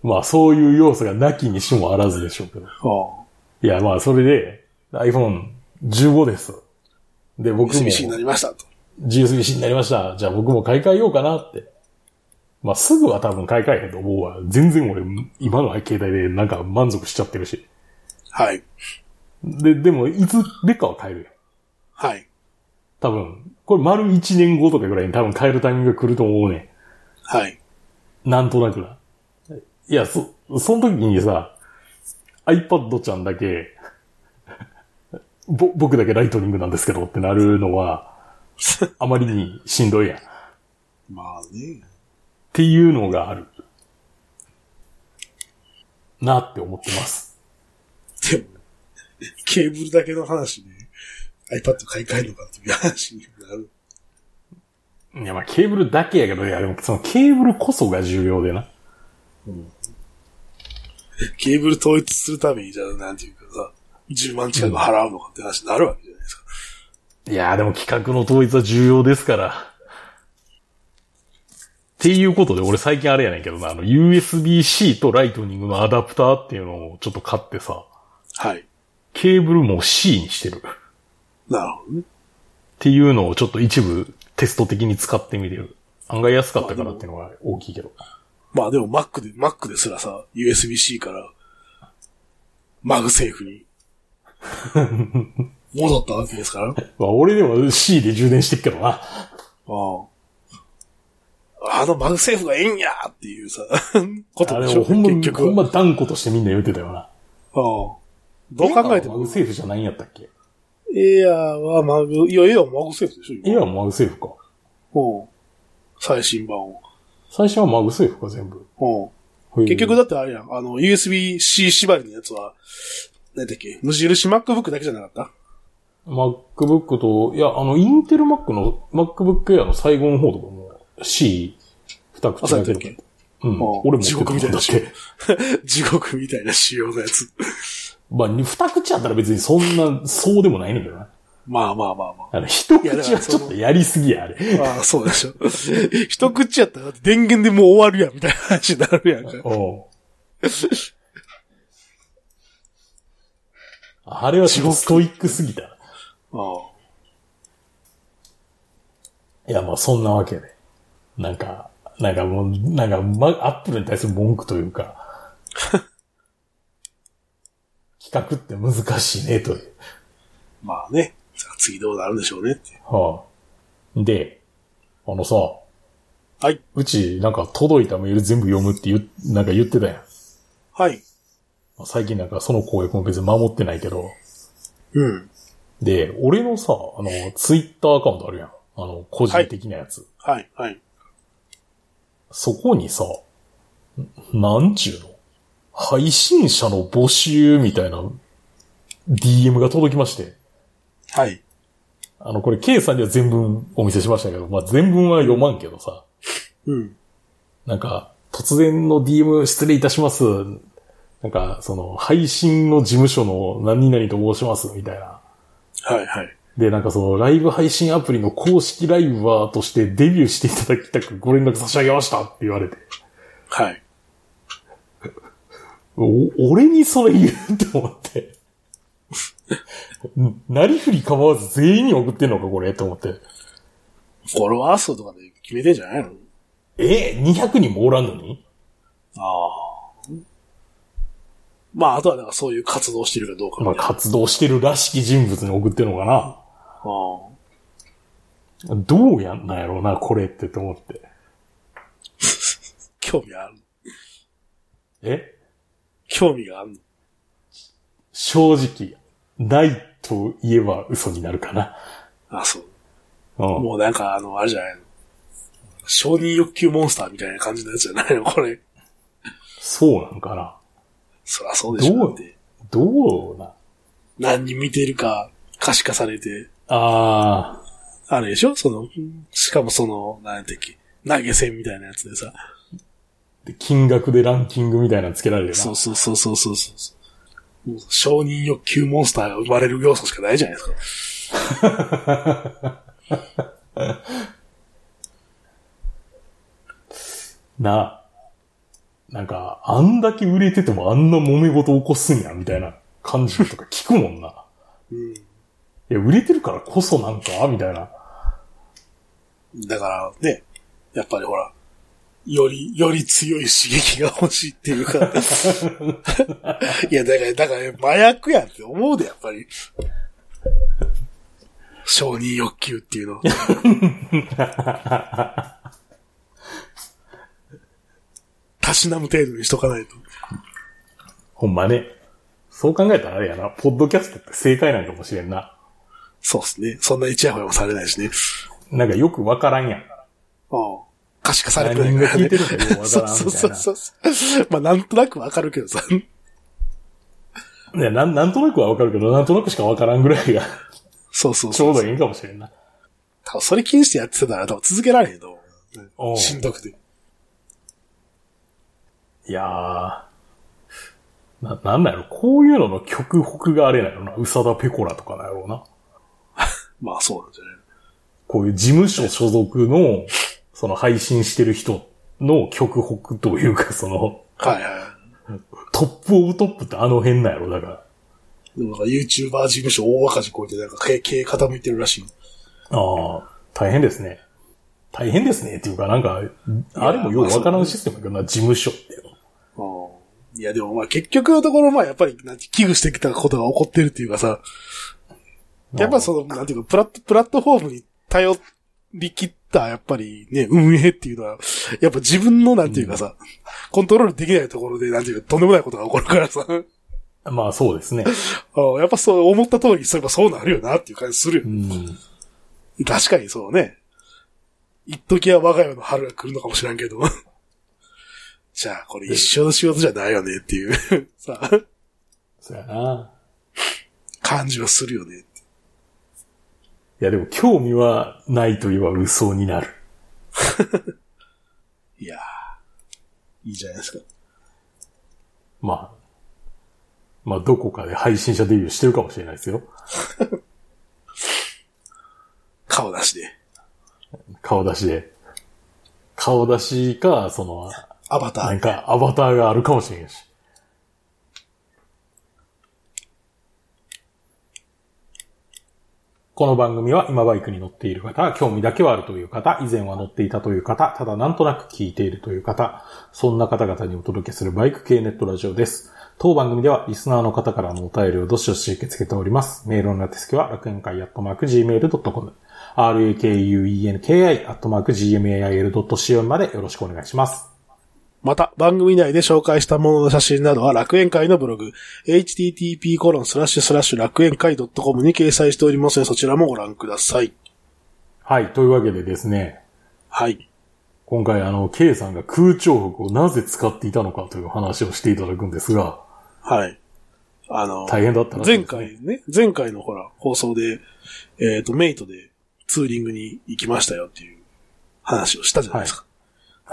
[SPEAKER 1] まあ、そういう要素がなきにしもあらずでしょうけど。
[SPEAKER 2] ああ。
[SPEAKER 1] いや、まあ、それで、iPhone15 です。で、僕も
[SPEAKER 2] SBC になりましたと。
[SPEAKER 1] GSBC になりました。じゃあ僕も買い替えようかなって。まあ、すぐは多分買い替えへんと思うわ。全然俺、今の携帯でなんか満足しちゃってるし。
[SPEAKER 2] はい。
[SPEAKER 1] で、でも、いつでかは買えるよ。
[SPEAKER 2] はい。
[SPEAKER 1] 多分、これ丸1年後とかぐらいに多分買えるタイミングが来ると思うね
[SPEAKER 2] はい。
[SPEAKER 1] ん。なんとなくな。いや、そ、その時にさ、iPad ちゃんだけ、ぼ、僕だけライトニングなんですけどってなるのは、あまりにしんどいやん。っ
[SPEAKER 2] まあね。
[SPEAKER 1] ていうのがある。なって思ってます。
[SPEAKER 2] でも、ケーブルだけの話で、iPad 買い替えるのかっていう話になる。
[SPEAKER 1] いや、まあケーブルだけやけど、いや、でもそのケーブルこそが重要でな。
[SPEAKER 2] ケーブル統一するために、じゃあ、なんていうかさ、10万近く払うのかって話になるわけじゃないですか。
[SPEAKER 1] いやーでも企画の統一は重要ですから。っていうことで、俺最近あれやねんけどな、あの、USB-C とライトニングのアダプターっていうのをちょっと買ってさ、
[SPEAKER 2] はい。
[SPEAKER 1] ケーブルも C にしてる。っ
[SPEAKER 2] なるほどね。
[SPEAKER 1] ていうのをちょっと一部テスト的に使ってみてる。案外安かったからっていうのが大きいけど。
[SPEAKER 2] まあでも Mac で、Mac ですらさ、USB-C から、マグセーフ に、戻ったわけですから。あ
[SPEAKER 1] まあ、俺でも C で充電してっけどな。
[SPEAKER 2] あ。あのマグセーフがええんやーっていうさ、こと
[SPEAKER 1] あれ
[SPEAKER 2] でしょ、
[SPEAKER 1] をほんま、
[SPEAKER 2] 結局
[SPEAKER 1] ほん
[SPEAKER 2] は。
[SPEAKER 1] ま断固としてみんな言うてたよな。
[SPEAKER 2] ああどう考えても
[SPEAKER 1] マグセーフじゃないんやったっけ
[SPEAKER 2] エアーはマグ、いや、エアーマグセーフでしょ、今
[SPEAKER 1] 今はマグセーフか。
[SPEAKER 2] うん。最新版を。
[SPEAKER 1] 最初はマグセーフか、全部。
[SPEAKER 2] うん。結局だってあれやん。あの、USB-C 縛りのやつは、何だっけ無印 MacBook だけじゃなかった
[SPEAKER 1] MacBook と、いや、あの、インテル Mac の MacBook Air の最後の方とかも C、二口だけ
[SPEAKER 2] あそうや
[SPEAKER 1] ど
[SPEAKER 2] っ。
[SPEAKER 1] うん
[SPEAKER 2] ああ。
[SPEAKER 1] 俺も
[SPEAKER 2] 地獄みたいな仕
[SPEAKER 1] し
[SPEAKER 2] 様。地獄みたいな仕様 のやつ。
[SPEAKER 1] まあ、二口あったら別にそんな、そうでもないねんだけどな。
[SPEAKER 2] まあまあまあまあ。
[SPEAKER 1] あの、一口
[SPEAKER 2] いや
[SPEAKER 1] は
[SPEAKER 2] だから
[SPEAKER 1] ちょっとやりすぎや、あれ。
[SPEAKER 2] ああ、そうでしょ。 一口やったらだって電源でもう終わるやん、みたいな話になるやんか。
[SPEAKER 1] おうあれはちょっとストイックすぎたな。
[SPEAKER 2] あ
[SPEAKER 1] いや、まあそんなわけで。なんか、なんかもう、なんか、ま、アップルに対する文句という か。企画って難しいね、という。
[SPEAKER 2] まあね。さあ次どうなるんでしょうねって。
[SPEAKER 1] はあ、で、あのさ、
[SPEAKER 2] はい。
[SPEAKER 1] うち、なんか届いたメール全部読むって言う、なんか言ってたやん。
[SPEAKER 2] はい。
[SPEAKER 1] まあ最近なんかその公約も別に守ってないけど。
[SPEAKER 2] うん。
[SPEAKER 1] で、俺のさ、あの、ツイッターアカウントあるやん。あの、個人的なやつ。
[SPEAKER 2] はい。はい。
[SPEAKER 1] そこにさ、んなんちゅうの配信者の募集みたいな DM が届きまして。
[SPEAKER 2] はい。
[SPEAKER 1] あの、これ、K さんには全文お見せしましたけど、まあ、全文は読まんけどさ、
[SPEAKER 2] うん。
[SPEAKER 1] なんか、突然の DM 失礼いたします。なんか、その、配信の事務所の何々と申します、みたいな。
[SPEAKER 2] はい。はい。
[SPEAKER 1] で、なんかその、ライブ配信アプリの公式ライバーとしてデビューしていただきたくご連絡差し上げましたって言われて。
[SPEAKER 2] はい。
[SPEAKER 1] お、俺にそれ言うって思って。 んなりふり構わず全員に送ってんのか、これって思って。
[SPEAKER 2] フォロワー数とかで決めてんじゃないの
[SPEAKER 1] え ?200 人もおらんのに
[SPEAKER 2] ああ。まあ、あとはなんかそういう活動してるかどうかみ
[SPEAKER 1] ま
[SPEAKER 2] た
[SPEAKER 1] あ、
[SPEAKER 2] いな。
[SPEAKER 1] 活動してるらしき人物に送ってんのかな
[SPEAKER 2] ああ。
[SPEAKER 1] どうやんなんやろうな、これってと思って。
[SPEAKER 2] 興味ある。
[SPEAKER 1] え
[SPEAKER 2] 興味があるの。
[SPEAKER 1] 正直、ないと言えば嘘になるかな。
[SPEAKER 2] あ、そう。
[SPEAKER 1] うん。
[SPEAKER 2] もうなんか、あの、あれじゃないの。承認欲求モンスターみたいな感じのやつじゃないの これ。
[SPEAKER 1] そうなんかな。
[SPEAKER 2] そらそうでしょ。
[SPEAKER 1] どう
[SPEAKER 2] だって
[SPEAKER 1] どうな。
[SPEAKER 2] 何人見てるか可視化されて、
[SPEAKER 1] あー
[SPEAKER 2] あれでしょその、しかもその、なんてっけ、投げ銭みたいなやつでさ。
[SPEAKER 1] で、金額でランキングみたいなのつけられるよな。
[SPEAKER 2] そうそうそうそうそうそう。もう承認欲求モンスターが生まれる要素しかないじゃないですか。
[SPEAKER 1] な、なんか、あんだけ売れててもあんな揉め事起こすんや、みたいな感じとか聞くもんな。
[SPEAKER 2] うん。
[SPEAKER 1] いや、売れてるからこそなんか、みたいな。
[SPEAKER 2] だからね、やっぱりほら、より、より強い刺激が欲しいっていう か。いや、だから、だから、麻薬やんって思うで、やっぱり。承認欲求っていう の。たしなむ程度にしとかないと。
[SPEAKER 1] ほんまね。そう考えたらあれやな、ポッドキャストって正解なんかもしれんな。
[SPEAKER 2] そうっすね。そんなにちやほやもされないしね。
[SPEAKER 1] なんかよくわからんやん。
[SPEAKER 2] うん。可視化され
[SPEAKER 1] 何
[SPEAKER 2] てな
[SPEAKER 1] 人
[SPEAKER 2] いか
[SPEAKER 1] が聞
[SPEAKER 2] ら
[SPEAKER 1] い
[SPEAKER 2] ね
[SPEAKER 1] て。るかよくわか
[SPEAKER 2] そう
[SPEAKER 1] らん、みたい
[SPEAKER 2] そ
[SPEAKER 1] な。
[SPEAKER 2] うそうそうそう。まあ、なんとなくわかるけどさ。
[SPEAKER 1] いやなん、なんとなくはわかるけど、なんとなくしかわからんぐら いが、
[SPEAKER 2] そうそうそう
[SPEAKER 1] ちょうどいいんかもしれんな。
[SPEAKER 2] 多分それ気にしてやってたら多分続けられへんと思
[SPEAKER 1] おう
[SPEAKER 2] う。しんどくて。
[SPEAKER 1] いやー。な、なんだろ、こういうのの極北があれなのな。宇佐田ペコラとかだろうな。
[SPEAKER 2] まあそうなんじゃない
[SPEAKER 1] こういう事務所所属の、その配信してる人の極北というか、その、
[SPEAKER 2] はいは
[SPEAKER 1] トップオブトップってあの辺なんやろ、だから。
[SPEAKER 2] い。でもなんか YouTuber 事務所大赤字超えてなんか経経営傾いてるらしい。
[SPEAKER 1] ああ、大変ですね。大変ですね、っていうか、なんか、あれもようわからんシステムやけどな、事務所っていうの。
[SPEAKER 2] いやでもまあ結局のところまあやっぱりなんて危惧してきたことが起こってるっていうかさ、やっぱその、なんていうか、プラット、プラットフォームに頼り切った、やっぱりね、運営っていうのは、やっぱ自分のなんていうかさ、コントロールできないところでなんていうか、とんでもないことが起こるからさ、
[SPEAKER 1] まあそうですね。
[SPEAKER 2] あやっぱそう思った通り、そういえばそうなるよなっていう感じするよ
[SPEAKER 1] う。ん。
[SPEAKER 2] 確かにそうね。一時は我が家の春が来るのかもしらんけど。 じゃあ、これ一生の仕事じゃないよねっていう 、さ、
[SPEAKER 1] そうやな。
[SPEAKER 2] 感じはするよねって。
[SPEAKER 1] いやでも興味はないと言えば嘘になる。
[SPEAKER 2] いやーいいじゃないですか。
[SPEAKER 1] まあ。まあどこかで配信者デビューしてるかもしれないですよ。
[SPEAKER 2] 顔出しで。
[SPEAKER 1] 顔出しで。顔出しか、その、
[SPEAKER 2] アバタ
[SPEAKER 1] なん
[SPEAKER 2] ー。
[SPEAKER 1] かアバターがあるかもしれんし。この番組は今バイクに乗っている方、興味だけはあるという方、以前は乗っていたという方、ただなんとなく聞いているという方、そんな方々にお届けするバイク系ネットラジオです。当番組ではリスナーの方からのお便りをどしどし受け付けております。メールの宛先は楽園会アットマーク gmail.com、rakuenki アットマーク gmail.co までよろしくお願いします。
[SPEAKER 2] また、番組内で紹介したものの写真などは楽園会のブログ、http:// 楽園会 .com に掲載しておりますので、そちらもご覧ください。
[SPEAKER 1] はい。というわけでですね、
[SPEAKER 2] はい。
[SPEAKER 1] 今回あの、K さんが空調服をなぜ使っていたのかという話をしていただくんですが、
[SPEAKER 2] はい。あの、
[SPEAKER 1] 大変だったらしい
[SPEAKER 2] 前
[SPEAKER 1] ですね。
[SPEAKER 2] 回ね、前回のほら、放送で、えっ、と、メイトでツーリングに行きましたよっていう話をしたじゃないですか。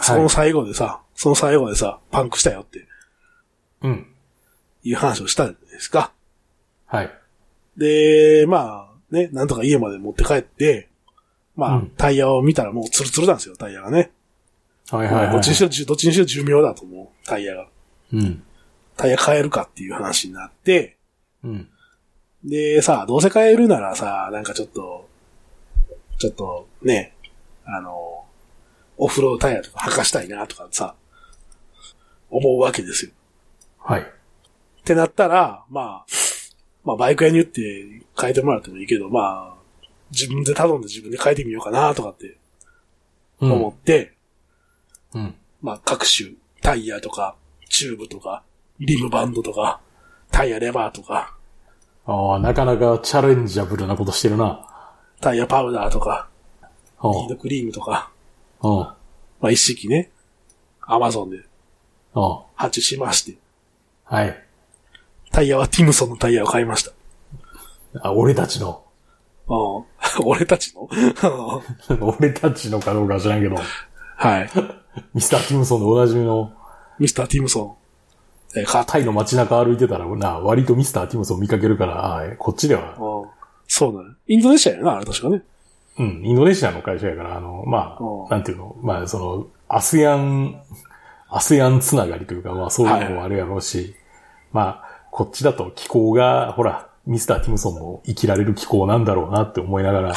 [SPEAKER 2] そ
[SPEAKER 1] は
[SPEAKER 2] の
[SPEAKER 1] い。
[SPEAKER 2] 最後でさ、その最後でさ、パンクしたよって
[SPEAKER 1] うん。
[SPEAKER 2] いう話をしたじゃないですか。
[SPEAKER 1] はい。
[SPEAKER 2] で、まあ、ね、なんとか家まで持って帰って、まあ、
[SPEAKER 1] うん
[SPEAKER 2] タイヤを見たらもうツルツルなんですよ、タイヤがね。
[SPEAKER 1] はいはいはい
[SPEAKER 2] どっちにしろじゅ、どっちにしろ寿命だと思う、タイヤが。
[SPEAKER 1] うん。
[SPEAKER 2] タイヤ変えるかっていう話になって、
[SPEAKER 1] うん。
[SPEAKER 2] で、さ、どうせ変えるならさ、なんかちょっと、ちょっとね、あの、オフロードタイヤとか履かしたいなとかさ、思うわけですよ。
[SPEAKER 1] はい。
[SPEAKER 2] ってなったら、まあ、まあバイク屋に言って変えてもらってもいいけど、まあ、自分で頼んで自分で変えてみようかなとかって
[SPEAKER 1] う
[SPEAKER 2] 思
[SPEAKER 1] ん。
[SPEAKER 2] って、
[SPEAKER 1] うん。
[SPEAKER 2] まあ各種タイヤとか、チューブとか、リムバンドとか、タイヤレバーとか、
[SPEAKER 1] ああ、なかなかチャレンジャブルなことしてるな。
[SPEAKER 2] タイヤパウダーとか、
[SPEAKER 1] う
[SPEAKER 2] リードクリームとか、
[SPEAKER 1] ん。うん。
[SPEAKER 2] まあ一式ね、アマゾンで
[SPEAKER 1] うん。
[SPEAKER 2] 発注しまして、
[SPEAKER 1] はい。
[SPEAKER 2] タイヤはティムソンのタイヤを買いました。
[SPEAKER 1] あ、俺たちの。
[SPEAKER 2] うん。 俺たち のうん
[SPEAKER 1] 俺たちのかどうかは知らんけど、
[SPEAKER 2] はい。
[SPEAKER 1] ミスター・キムソンでおなじみの
[SPEAKER 2] ミスターティムソン。えー、買った。
[SPEAKER 1] タイの街中歩いてたらな、割とミスター・キムソン見かけるから、あーこっちでは
[SPEAKER 2] うんそうだね。インドネシアやな、あれ確かね。
[SPEAKER 1] うん、インドネシアの会社やから、あの、ま
[SPEAKER 2] うん
[SPEAKER 1] あ、なんていうの、まあ、その、アセアン、アセアンつながりというか、まあ、そういうのもあるやろうし、まあ、こっちだと気候が、ほら、ミスター・ティムソンも生きられる気候なんだろうなって思いなが ら、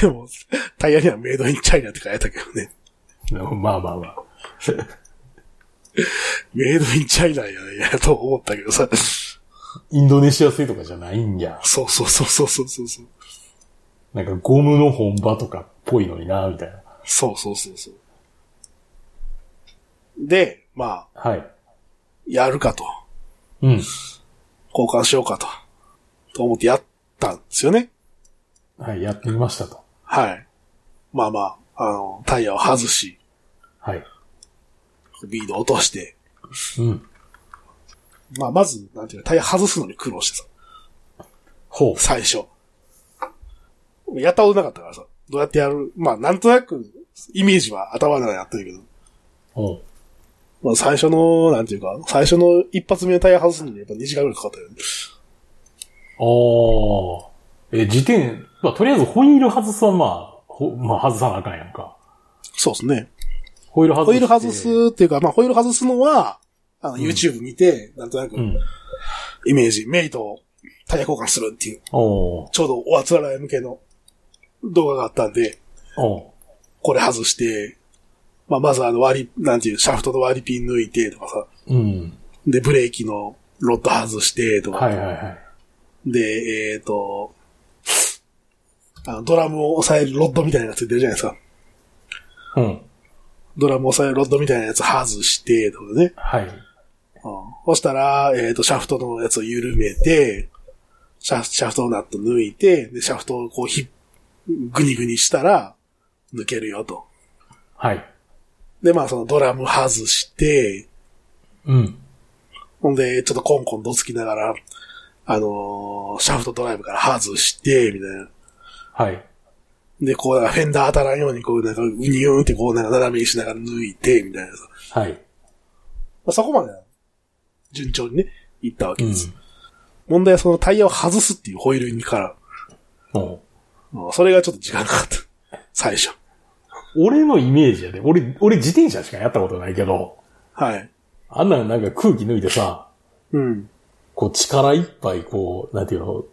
[SPEAKER 2] でも、タイヤにはメイドインチャイナって書いてあったけどね。
[SPEAKER 1] まあまあまあ、
[SPEAKER 2] メイドインチャイナやねやと思ったけどさ。
[SPEAKER 1] インドネシア製とかじゃないんや。
[SPEAKER 2] そうそうそうそうそうそうそう。
[SPEAKER 1] なんかゴムの本場とかっぽいのにな、みたいな。
[SPEAKER 2] そうそうそうそう。で、まあ、
[SPEAKER 1] はい。
[SPEAKER 2] やるかと。
[SPEAKER 1] うん。
[SPEAKER 2] 交換しようかと。と思ってやったんですよね。
[SPEAKER 1] はい、やってみましたと。
[SPEAKER 2] はい。まあまあ、あの、タイヤを外し、
[SPEAKER 1] はい。
[SPEAKER 2] ビードを落として、
[SPEAKER 1] うん。
[SPEAKER 2] まあまず、なんていうの、タイヤ外すのに苦労してさ、
[SPEAKER 1] ほう。
[SPEAKER 2] 最初。やったことなかったからさ、どうやってやるまあなんとなく、イメージは頭の中にあったけど、
[SPEAKER 1] ほう。
[SPEAKER 2] まあ最初の、なんていうか、最初の一発目のタイヤ外すのにやっぱ2時間ぐらいかかったよね。
[SPEAKER 1] ああ。え、自転、まあ、とりあえずホイール外すはまあ、ほまあ、外さなあかんやんか。
[SPEAKER 2] そうですね。
[SPEAKER 1] ホイール外す。
[SPEAKER 2] ホイール外すっていうか、まあホイール外すのは、あの、YouTube 見て、なんとなく
[SPEAKER 1] う、ん。
[SPEAKER 2] イメージ、メイトをタイヤ交換するっていう、
[SPEAKER 1] おー
[SPEAKER 2] ちょうどおあつらい向けの動画があったんで、
[SPEAKER 1] お
[SPEAKER 2] これ外して、まあ、まずあの割り、なんていう、シャフトの割りピン抜いてとかさ、
[SPEAKER 1] ーうん。
[SPEAKER 2] で、ブレーキのロッド外してとか、
[SPEAKER 1] はいはいはい。
[SPEAKER 2] で、えっ、と、あの、ドラムを押さえるロッドみたいなのがついてるじゃないですか。
[SPEAKER 1] うん。
[SPEAKER 2] ドラムを押さえるロッドみたいなやつ外して、とかね。
[SPEAKER 1] はい。
[SPEAKER 2] うんそしたら、えっ、と、シャフトのやつを緩めて、シャシャフトのナット抜いて、で、シャフトをこう、ひ、ぐにぐにしたら、抜けるよと。
[SPEAKER 1] はい。
[SPEAKER 2] で、まあ、そのドラム外して、
[SPEAKER 1] うん。
[SPEAKER 2] ほんで、ちょっとコンコンどつきながら、あのーシャフトドライブから外して、みたいな。
[SPEAKER 1] はい。
[SPEAKER 2] で、こう、フェンダー当たらんように、こう、なんか、ウニューンってこう、なんか斜めにしながら抜いて、みたいなさ。
[SPEAKER 1] はい。
[SPEAKER 2] まあ、そこまで、順調にね、行ったわけ
[SPEAKER 1] う
[SPEAKER 2] で
[SPEAKER 1] ん
[SPEAKER 2] す。問題はそのタイヤを外すっていうホイールにから、
[SPEAKER 1] うん。
[SPEAKER 2] うんそれがちょっと時間かかった。最初。
[SPEAKER 1] 俺のイメージやで。俺、俺自転車しかやったことないけど、
[SPEAKER 2] はい。
[SPEAKER 1] あんなのなんか空気抜いてさ、
[SPEAKER 2] うん。
[SPEAKER 1] こう力いっぱいこう、なんていうの、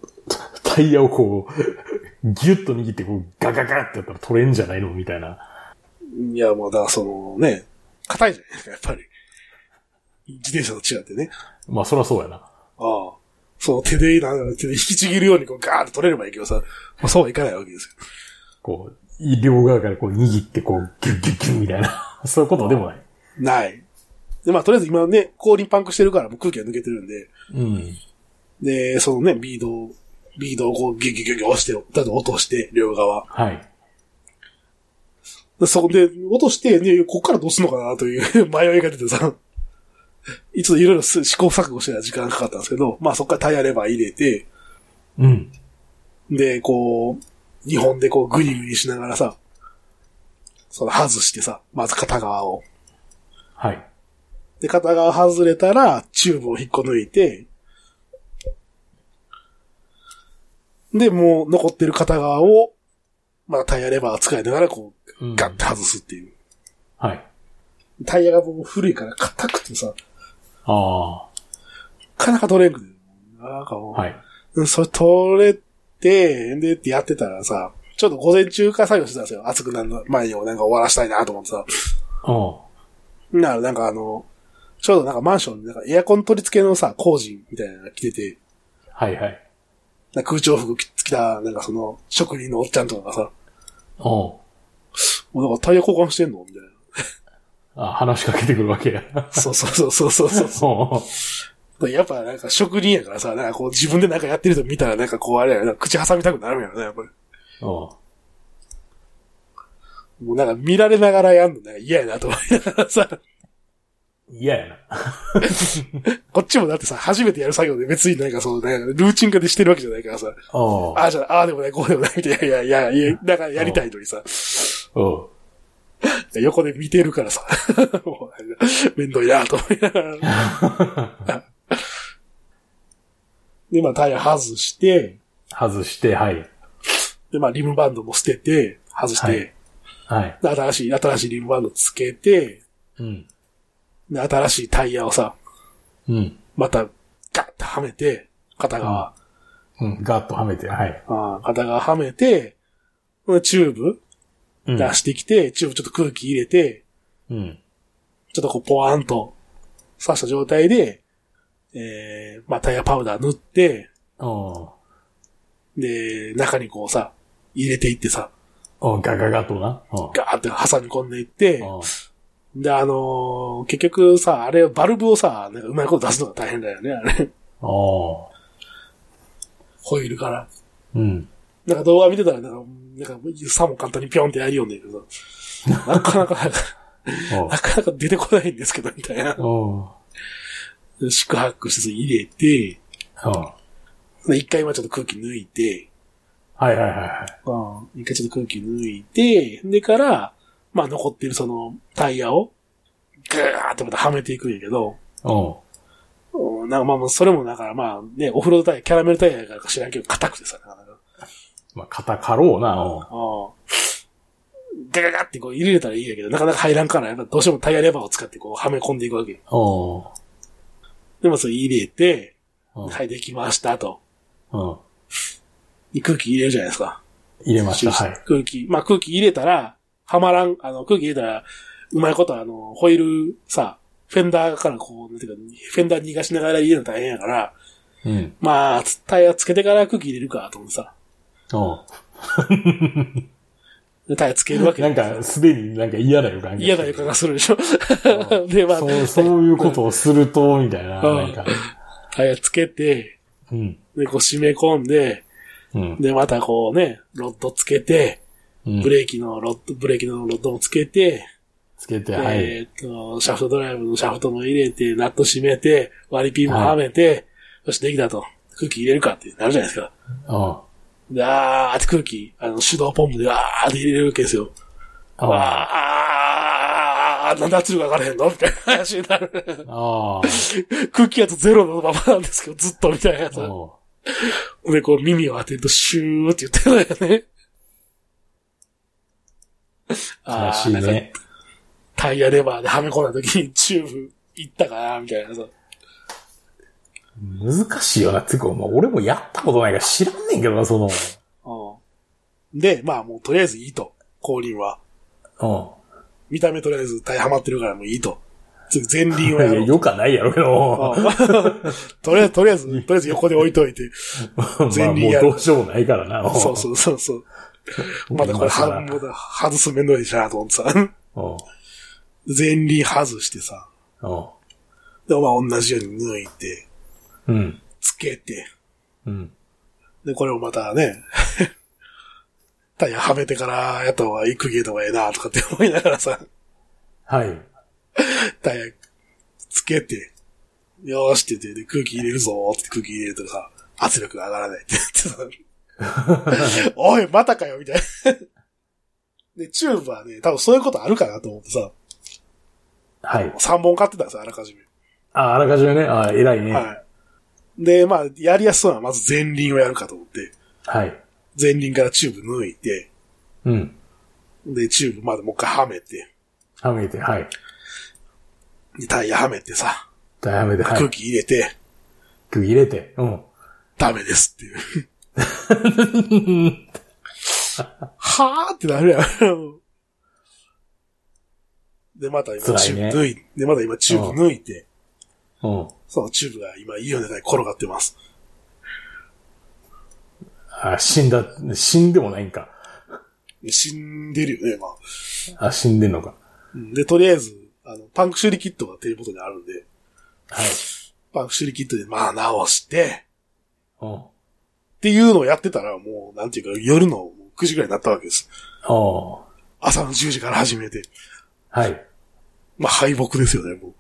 [SPEAKER 1] タイヤをこう、ギュッと握ってこうガガガってやったら取れんじゃないのみたいな。
[SPEAKER 2] いや、もう、だからそのね、硬いじゃないですか、やっぱり。自転車と違ってね。
[SPEAKER 1] まあそりゃそうやな。
[SPEAKER 2] ああ。その手で、なんか手で引きちぎるようにこうガーッと取れればいいけどさ、まあ、そうはいかないわけですよ。
[SPEAKER 1] こう、両側からこう握ってこうギュッギュッギュッみたいな。 そういうことでもない。
[SPEAKER 2] ない。で、まあ、とりあえず今ね、氷パンクしてるからもう空気が抜けてるんで、
[SPEAKER 1] うん。
[SPEAKER 2] で、そのね、ビードを、ビードをこうギュギュギュギュ押して、だと落として、両側。
[SPEAKER 1] はい。
[SPEAKER 2] でそこで、落として、ね、こっからどうすんのかなという 迷いが出てさ、いついろいろ試行錯誤してた時間がかかったんですけど、まあそこからタイヤレバー入れて、
[SPEAKER 1] うん。
[SPEAKER 2] で、こう、日本でこうグニグニしながらさ、その外してさ、まず片側を。
[SPEAKER 1] はい。
[SPEAKER 2] で、片側外れたら、チューブを引っこ抜いて、で、もう残ってる片側を、まあタイヤレバー使いながらこう、
[SPEAKER 1] うん
[SPEAKER 2] ガッて外すっていう。
[SPEAKER 1] はい。
[SPEAKER 2] タイヤがもう古いから硬くてさ、な
[SPEAKER 1] ああ。
[SPEAKER 2] かなか取れんくて。なんかもう、
[SPEAKER 1] はい。
[SPEAKER 2] うんそれ取れて、でってやってたらさ、ちょっと午前中から作業してたんですよ。暑くなる前にもなんか終わらしたいなと思ってさ。
[SPEAKER 1] うん。
[SPEAKER 2] ならなんかあの、ちょうどなんかマンションになんかエアコン取り付けのさ、工事みたいなのが来てて、
[SPEAKER 1] はいはい。
[SPEAKER 2] なんか空調服着た、なんかその、職人のおっちゃんとかがさ、
[SPEAKER 1] うん。
[SPEAKER 2] もうなんかタイヤ交換してんのみたいな。
[SPEAKER 1] あ、話しかけてくるわけや。
[SPEAKER 2] そうそうそうそうそう
[SPEAKER 1] そ
[SPEAKER 2] そう。やっぱなんか職人やからさ、なんかこう自分でなんかやってると見たらなんかこうあれやな、口挟みたくなるんやろな、やっぱり。
[SPEAKER 1] う。うん。
[SPEAKER 2] もうなんか見られながらやんの、なんか嫌やなと思いながらさ、
[SPEAKER 1] 嫌やな。
[SPEAKER 2] こっちもだってさ、初めてやる作業で別になんかそう、なんかルーチン化でしてるわけじゃないからさ、
[SPEAKER 1] うん。
[SPEAKER 2] ああじゃあ、ああでもない、こうでもない、みたいな、いやいやいや、だからやりたいのにさ、
[SPEAKER 1] うん。
[SPEAKER 2] 横で見てるからさ、 もうなんかめんどいなと思いながら。で、まあタイヤ外して、
[SPEAKER 1] 外して、はい。
[SPEAKER 2] で、まあリムバンドも捨てて、外して、
[SPEAKER 1] はいはい。
[SPEAKER 2] で新しい、新しいリムバンドつけて、
[SPEAKER 1] うん。
[SPEAKER 2] で、新しいタイヤをさ、
[SPEAKER 1] うん。
[SPEAKER 2] またガッとはめて、片側。
[SPEAKER 1] あうん。ガッとはめて、はい。
[SPEAKER 2] ああ、片側はめて、チューブ
[SPEAKER 1] うん。
[SPEAKER 2] 出してきて、チューブちょっと空気入れて、
[SPEAKER 1] うん。
[SPEAKER 2] ちょっとこうポワーンと刺した状態で、えー、まあタイヤパウダー塗って、
[SPEAKER 1] うん。
[SPEAKER 2] で、中にこうさ、入れていってさ、
[SPEAKER 1] うん。ガガガとな。うん。
[SPEAKER 2] ガーって挟み込んでいって、
[SPEAKER 1] うん
[SPEAKER 2] で、あのー結局さ、あれ、バルブをさ、なんかうまいこと出すのが大変だよね、あれ。
[SPEAKER 1] あ
[SPEAKER 2] ホイールから。
[SPEAKER 1] ー。うん。
[SPEAKER 2] なんか動画見てたら、なんか、なんか、さも簡単にピョンってやりよんねんけどさ、な かなか、なかなか出てこないんですけど、みたいな。
[SPEAKER 1] うん。うん。
[SPEAKER 2] 宿泊施設入れて、
[SPEAKER 1] うん
[SPEAKER 2] で一回はちょっと空気抜いて、
[SPEAKER 1] はいはいはいはい。
[SPEAKER 2] 一回ちょっと空気抜いて、でから、まあ残ってるそのタイヤを、ぐーってまたはめていくんやけど、
[SPEAKER 1] うん。
[SPEAKER 2] うんなんかまあまあそれもだからまあね、オフロードタイヤ、キャラメルタイヤやからか知らんけど硬くてさ、なかなか。
[SPEAKER 1] まあ、肩かろうな。うん。
[SPEAKER 2] うんガガガってこう入れたらいいんやけど、なかなか入らんから、やっぱどうしてもタイヤレバーを使ってこうはめ込んでいくわけ。
[SPEAKER 1] う
[SPEAKER 2] でもそれ入れて、
[SPEAKER 1] ん。うん。
[SPEAKER 2] はい、できましたと。
[SPEAKER 1] うん。
[SPEAKER 2] で空気入れるじゃないですか。
[SPEAKER 1] 入れました。はい。
[SPEAKER 2] 空気、まあ空気入れたら、はまらん、あの、空気入れたら、うまいことあの、ホイールさ、フェンダーからこう、なんていうか、フェンダー逃がしながら入れるの大変やから、
[SPEAKER 1] うん。
[SPEAKER 2] まあ、つタイヤつけてから空気入れるか、と思ってさ。
[SPEAKER 1] うん。
[SPEAKER 2] でタイヤつけるわけ
[SPEAKER 1] なんか、すでになんか嫌な予感が
[SPEAKER 2] 嫌な予感がするでしょ。
[SPEAKER 1] う
[SPEAKER 2] で、まあ、
[SPEAKER 1] そう、そういうことをすると、みたいな。
[SPEAKER 2] うん
[SPEAKER 1] なんか。
[SPEAKER 2] タイヤつけて、
[SPEAKER 1] うん。
[SPEAKER 2] で、こう締め込んで、
[SPEAKER 1] うん。
[SPEAKER 2] で、またこうね、ロッドつけて、
[SPEAKER 1] うん
[SPEAKER 2] ブレーキのロッド、ブレーキのロッドもつけて、
[SPEAKER 1] つけて、はい。
[SPEAKER 2] えーっと、シャフトドライブのシャフトも入れて、ナット締めて、割りピンもはめて、よし、できたと。空気入れるかってなるじゃないですか。
[SPEAKER 1] あ
[SPEAKER 2] で、あーって空気、あの、手動ポンプでわーって入れるわけですよ。
[SPEAKER 1] あ。
[SPEAKER 2] わー、
[SPEAKER 1] ああ。
[SPEAKER 2] あーあーなんで圧力上がらへんのみたいな話になる。
[SPEAKER 1] ああ。
[SPEAKER 2] 空気圧ゼロのままなんですけど、ずっとみたいなやつ。
[SPEAKER 1] おう
[SPEAKER 2] で、こう耳を当てるとシューって言ってた よね。
[SPEAKER 1] 悲
[SPEAKER 2] あ
[SPEAKER 1] し
[SPEAKER 2] ー
[SPEAKER 1] い
[SPEAKER 2] なんか
[SPEAKER 1] ね。
[SPEAKER 2] タイヤレバーではめ込んだ時にチューブ行ったかなみたいなさ。
[SPEAKER 1] 難しいよな。てか、まあ、俺もやったことないから知らんねんけどな、その。
[SPEAKER 2] うん。で、まあもうとりあえずいいと。後輪は。
[SPEAKER 1] う
[SPEAKER 2] 見た目とりあえずタイヤハマってるからもういいと。次前輪を
[SPEAKER 1] ん。い
[SPEAKER 2] や
[SPEAKER 1] や、
[SPEAKER 2] ろ う。
[SPEAKER 1] よかないやろうけど。
[SPEAKER 2] うん とりあえず、とりあえず、とりあえず横で置いといて。
[SPEAKER 1] まあ、
[SPEAKER 2] 前輪
[SPEAKER 1] もう
[SPEAKER 2] やる
[SPEAKER 1] どうしようもないからな。
[SPEAKER 2] そうそうそうそう。
[SPEAKER 1] うん。
[SPEAKER 2] まだこれ、
[SPEAKER 1] 今更
[SPEAKER 2] はまだ外す面倒いしなと思ってさ。
[SPEAKER 1] うん。
[SPEAKER 2] 前輪外してさ。
[SPEAKER 1] う
[SPEAKER 2] で、まあ同じように抜いて、
[SPEAKER 1] ん。
[SPEAKER 2] つけて。
[SPEAKER 1] うん。
[SPEAKER 2] で、これをまたね、 タイヤはめてからやった方がいい、区切った方がええなとかって思いながらさ、
[SPEAKER 1] はい。
[SPEAKER 2] タイヤつけて、よーしって言って、で空気入れるぞーって空気入れるとさ、圧力が上がらないって言ってさ、おい、またかよみたいな。で、チューブはね、多分そういうことあるかなと思ってさ、
[SPEAKER 1] はい。
[SPEAKER 2] 3本買ってたんですよ、あらかじめ。
[SPEAKER 1] あ、あらかじめね。あ、偉いね。は
[SPEAKER 2] はい。で、まあ、やりやすそうなのはまず前輪をやるかと思って、
[SPEAKER 1] い。
[SPEAKER 2] 前輪からチューブ抜いて、
[SPEAKER 1] うん。
[SPEAKER 2] で、チューブまでもう一回はめて、
[SPEAKER 1] はめて、はい。
[SPEAKER 2] でタイヤはめてさ、
[SPEAKER 1] 大はめて、はい
[SPEAKER 2] 空。気入れて、
[SPEAKER 1] グ入れて。うん。
[SPEAKER 2] ダメですっていう。はーってなるやん。で、また今
[SPEAKER 1] 辛
[SPEAKER 2] チ
[SPEAKER 1] い
[SPEAKER 2] ュ
[SPEAKER 1] ね
[SPEAKER 2] ーブ抜い、で、また今チューブ抜いて、
[SPEAKER 1] うん。
[SPEAKER 2] そのチューブが今家の中に転がってます。
[SPEAKER 1] あ、死んだ、死んでもないんか。
[SPEAKER 2] 死んでるよね、まあ。
[SPEAKER 1] あ、死んでんのか。
[SPEAKER 2] うんで、とりあえず、あの、パンク修理キットが手元にあるんで、
[SPEAKER 1] はい。
[SPEAKER 2] パンク修理キットでまあ直して、
[SPEAKER 1] うん。
[SPEAKER 2] っていうのをやってたらもう、なんていうか、夜の9時ぐらいになったわけです。
[SPEAKER 1] おー
[SPEAKER 2] 朝の10時から始めて。
[SPEAKER 1] はい。
[SPEAKER 2] まあ敗北ですよね、もう。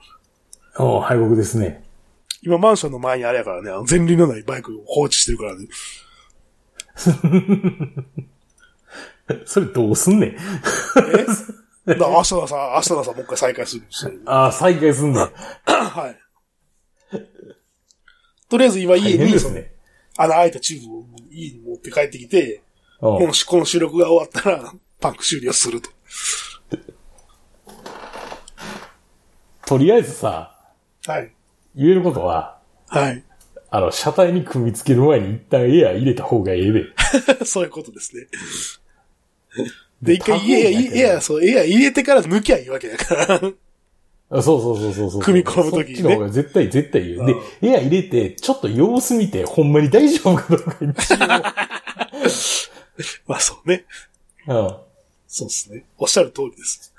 [SPEAKER 1] おー敗北ですね。
[SPEAKER 2] 今マンションの前にあれやからね、あの前輪のないバイクを放置してるからね。
[SPEAKER 1] それどうすんねん。
[SPEAKER 2] だから明日の朝、明日の朝もう一回再開するんですよ。
[SPEAKER 1] あ、再開すんだ。
[SPEAKER 2] はい。とりあえず今
[SPEAKER 1] 大
[SPEAKER 2] 家
[SPEAKER 1] 変
[SPEAKER 2] に、
[SPEAKER 1] で
[SPEAKER 2] そ
[SPEAKER 1] す
[SPEAKER 2] の
[SPEAKER 1] ね。
[SPEAKER 2] 穴開いたチューブを家に持って帰ってきて、
[SPEAKER 1] お
[SPEAKER 2] このしこの収録が終わったら、パンク修理をすると。
[SPEAKER 1] とりあえずさ、
[SPEAKER 2] はい。
[SPEAKER 1] 言えることは、
[SPEAKER 2] はい。
[SPEAKER 1] あの、車体に組み付ける前に一旦エア入れた方がええで。
[SPEAKER 2] そういうことですね。で、一回
[SPEAKER 1] 多分
[SPEAKER 2] エア、
[SPEAKER 1] やけど
[SPEAKER 2] エア、そう、エア入れてから抜きゃいいわけだから。
[SPEAKER 1] あそうそうそうそうそう。
[SPEAKER 2] 組み込む時に
[SPEAKER 1] そ
[SPEAKER 2] ね
[SPEAKER 1] っちの方が絶対、絶対言う。で
[SPEAKER 2] うん、
[SPEAKER 1] エア入れて、ちょっと様子見て、ほんまに大丈夫かどうか一
[SPEAKER 2] まあそうね。
[SPEAKER 1] 応。
[SPEAKER 2] そうですね。おっしゃる通りです。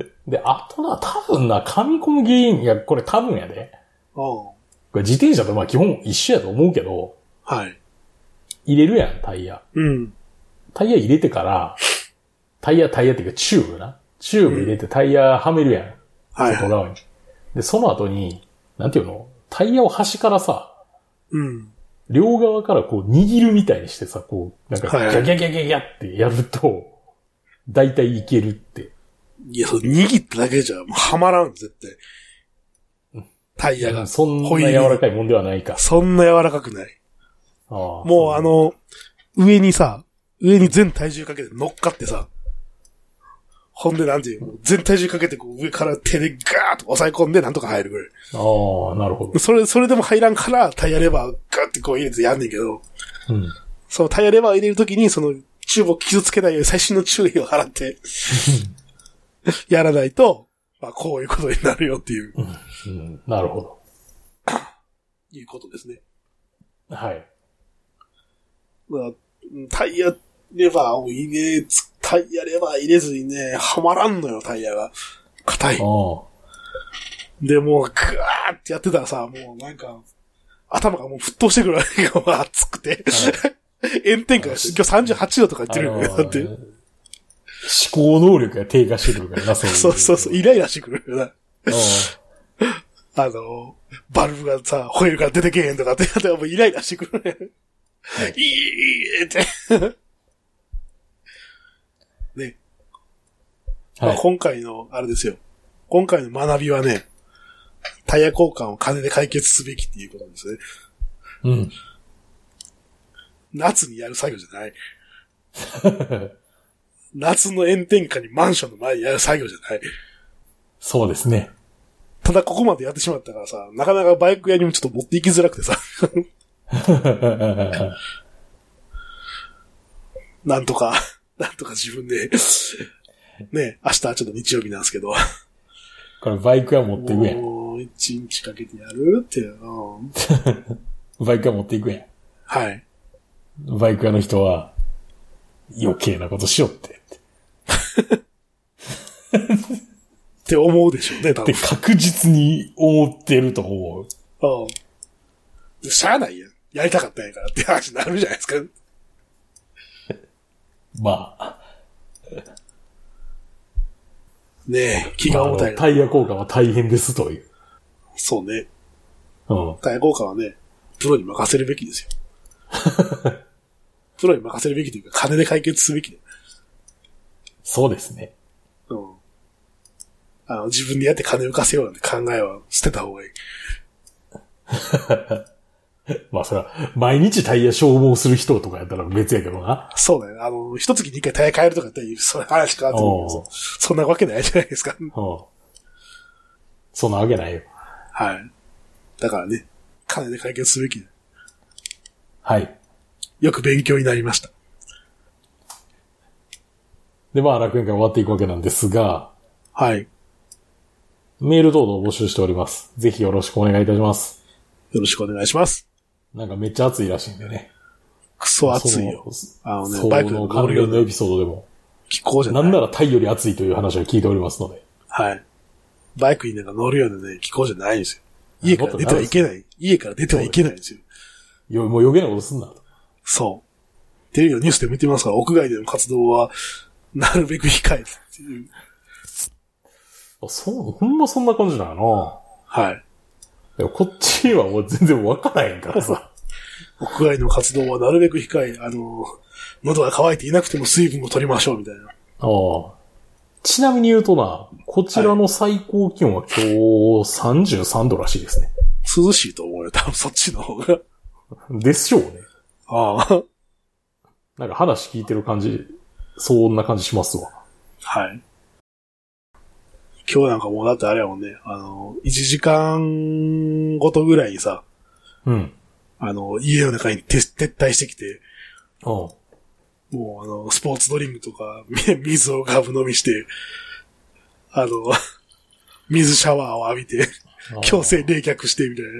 [SPEAKER 1] うん。で、あとな、多分な、噛み込む原因、いや、これ多分やで。
[SPEAKER 2] うん。
[SPEAKER 1] これ自転車とまあ基本一緒やと思うけど、
[SPEAKER 2] はい。
[SPEAKER 1] 入れるやん、タイヤ。
[SPEAKER 2] うん。
[SPEAKER 1] タイヤ入れてから、タイヤ、タイヤっていうかチューブな。チューブ入れてタイヤはめるやん。
[SPEAKER 2] はい、
[SPEAKER 1] 外
[SPEAKER 2] はい。
[SPEAKER 1] 側に。で、その後に、なんていうのタイヤを端からさ、
[SPEAKER 2] うん。
[SPEAKER 1] 両側からこう握るみたいにしてさ、こう、なんか、
[SPEAKER 2] はい
[SPEAKER 1] ギャギャギャギャギャってやると、だいたいいけるって。
[SPEAKER 2] いや、その握っただけじゃ、もうはまらん、絶対。タイヤが。
[SPEAKER 1] そんな
[SPEAKER 2] ホイー
[SPEAKER 1] 柔
[SPEAKER 2] ル
[SPEAKER 1] らかいもんではないか。
[SPEAKER 2] そんな柔らかくない。
[SPEAKER 1] ああ
[SPEAKER 2] もうあ、の、上にさ、上に全体重かけて乗っかってさ、ほんでなんていうの、全体重かけてこう上から手でガーッと押さえ込んでなんとか入るぐらい。
[SPEAKER 1] ああ、なるほど。
[SPEAKER 2] それ、それでも入らんから、タイヤレバーガってこう入れてやんねんけど、
[SPEAKER 1] うん。
[SPEAKER 2] そのタイヤレバーを入れるときに、その、チューブを傷つけないように最新の注意を払って、やらないと、まあ、こういうことになるよっていう、
[SPEAKER 1] うん、なるほど。
[SPEAKER 2] いうことですね。
[SPEAKER 1] はい。
[SPEAKER 2] まあ、タイヤレバーを入れ、つタイヤレバー入れずにね、はまらんのよ、タイヤが。硬い
[SPEAKER 1] あ。あ。
[SPEAKER 2] で、もう、ガーってやってたらさ、もうなんか、頭がもう沸騰してくるわけよ、熱くて。炎天下だし、今日38度とか言ってるよ、だって。
[SPEAKER 1] 思考能力が低下してくるからな、そういう。
[SPEAKER 2] そうそうそう、イライラしてくるよな。
[SPEAKER 1] うん。
[SPEAKER 2] あの、バルブがさ、ホイールから出てけへんとかって、 だからもうイライラしてくるね。
[SPEAKER 1] はい
[SPEAKER 2] いいって。 ね。ま
[SPEAKER 1] は
[SPEAKER 2] あ
[SPEAKER 1] い。
[SPEAKER 2] 今回の、あれですよ。今回の学びはね、タイヤ交換を金で解決すべきっていうことですね。
[SPEAKER 1] うん。
[SPEAKER 2] 夏にやる作業じゃない。 夏の炎天下にマンションの前でやる作業じゃない。
[SPEAKER 1] そうですね。
[SPEAKER 2] ただここまでやってしまったからさ、なかなかバイク屋にもちょっと持って行きづらくてさ、 なんとか、 なんとか自分で、 ね、明日はちょっと日曜日なんですけど、
[SPEAKER 1] これバイクは持っていくやん。
[SPEAKER 2] もう一日かけてやるっていう、うん
[SPEAKER 1] バイクは持っていくや
[SPEAKER 2] はい。
[SPEAKER 1] ん。バイク屋の人は、余計なことしよって。
[SPEAKER 2] って思うでしょうね、多
[SPEAKER 1] って
[SPEAKER 2] 分。
[SPEAKER 1] 確実に思ってると思う。
[SPEAKER 2] うん。しゃあないやん。やりたかったんやからって 話になるじゃないですか。
[SPEAKER 1] まあ。
[SPEAKER 2] ねえ、気が重
[SPEAKER 1] まあ
[SPEAKER 2] た
[SPEAKER 1] あの
[SPEAKER 2] いな。
[SPEAKER 1] タイヤ交換は大変ですという。
[SPEAKER 2] そうね。
[SPEAKER 1] うん。
[SPEAKER 2] タイヤ交換はね、プロに任せるべ きですよ。プロに任せるべきというか、金で解決すべきで。
[SPEAKER 1] そうですね。
[SPEAKER 2] うん。あの、自分でやって金浮かせようなんて考えは捨てた方がいい。
[SPEAKER 1] まあそれは、毎日タイヤ消耗する人とかやったら別やけどな。
[SPEAKER 2] そうだよ。あの、一月に一回タイヤ変えるとかっていう、そういう話かって思うけ
[SPEAKER 1] おう
[SPEAKER 2] どそそんなわけないじゃないですか。
[SPEAKER 1] うん。そんなわけないよ。
[SPEAKER 2] はい。だからね、金で解決すべきで。
[SPEAKER 1] はい。
[SPEAKER 2] よく勉強になりました。
[SPEAKER 1] で、まあ楽園会終わっていくわけなんですが、
[SPEAKER 2] はい。よ
[SPEAKER 1] メール等々募集しております。ぜひよろしくお願いいたします。
[SPEAKER 2] ろしくお願いします。
[SPEAKER 1] なんかめっちゃ暑いらしいんでね。
[SPEAKER 2] クソ暑いよ。
[SPEAKER 1] そ
[SPEAKER 2] あの
[SPEAKER 1] の
[SPEAKER 2] ね
[SPEAKER 1] そ
[SPEAKER 2] バイクで
[SPEAKER 1] の
[SPEAKER 2] 登
[SPEAKER 1] 関
[SPEAKER 2] るよう
[SPEAKER 1] 連
[SPEAKER 2] な
[SPEAKER 1] のエピソードでも。
[SPEAKER 2] 気候じゃな。
[SPEAKER 1] ないんならタイより暑いという話を聞いておりますので。
[SPEAKER 2] はい。バイクになんか乗るようなね、気候じゃないんですよ。家から出てはいけない。家から出てはいけないんですよ。
[SPEAKER 1] よ、もう余計なことすんなと。
[SPEAKER 2] そう。テレビのニュースで見てますから、屋外での活動は、なるべく控えるっていう。
[SPEAKER 1] あそう、ほんまそんな感じなの
[SPEAKER 2] はい。
[SPEAKER 1] なでもこっちはもう全然わからへんからさ。
[SPEAKER 2] 屋外の活動はなるべく控え、あの、喉が渇いていなくても水分を取りましょうみたいな。
[SPEAKER 1] ああちなみに言うとな、こちらの最高気温は今日33度らしいですね。
[SPEAKER 2] 涼しいと思うよ、多分そっちの方が。
[SPEAKER 1] でしょうね。
[SPEAKER 2] ああ。
[SPEAKER 1] なんか話聞いてる感じ、そんな感じしますわ。
[SPEAKER 2] はい。今日なんかもうだってあれやもんね、あの、1時間ごとぐらいにさ、
[SPEAKER 1] うん。
[SPEAKER 2] あの、家の中にて撤退してきて、
[SPEAKER 1] うん。
[SPEAKER 2] もうあの、スポーツドリンクとか、 み水をガブ飲みして、あの、 水シャワーを浴びて、強制冷却して、みたいな。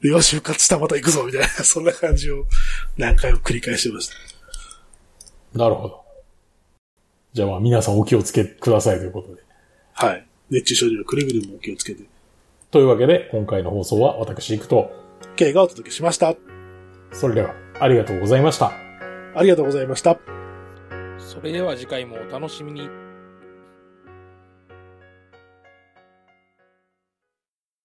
[SPEAKER 2] でよし、復活した、また行くぞ、みたいな、 そんな感じを何回も繰り返してました。
[SPEAKER 1] なるほど。じゃあまあ皆さんお気をつけくださいということで。
[SPEAKER 2] はい。熱中症にはくれぐれもお気をつけて。
[SPEAKER 1] というわけで、今回の放送は私行くと、
[SPEAKER 2] K がお届けしました。
[SPEAKER 1] それではありがとうございました。
[SPEAKER 2] ありがとうございました。
[SPEAKER 3] それでは次回もお楽しみに。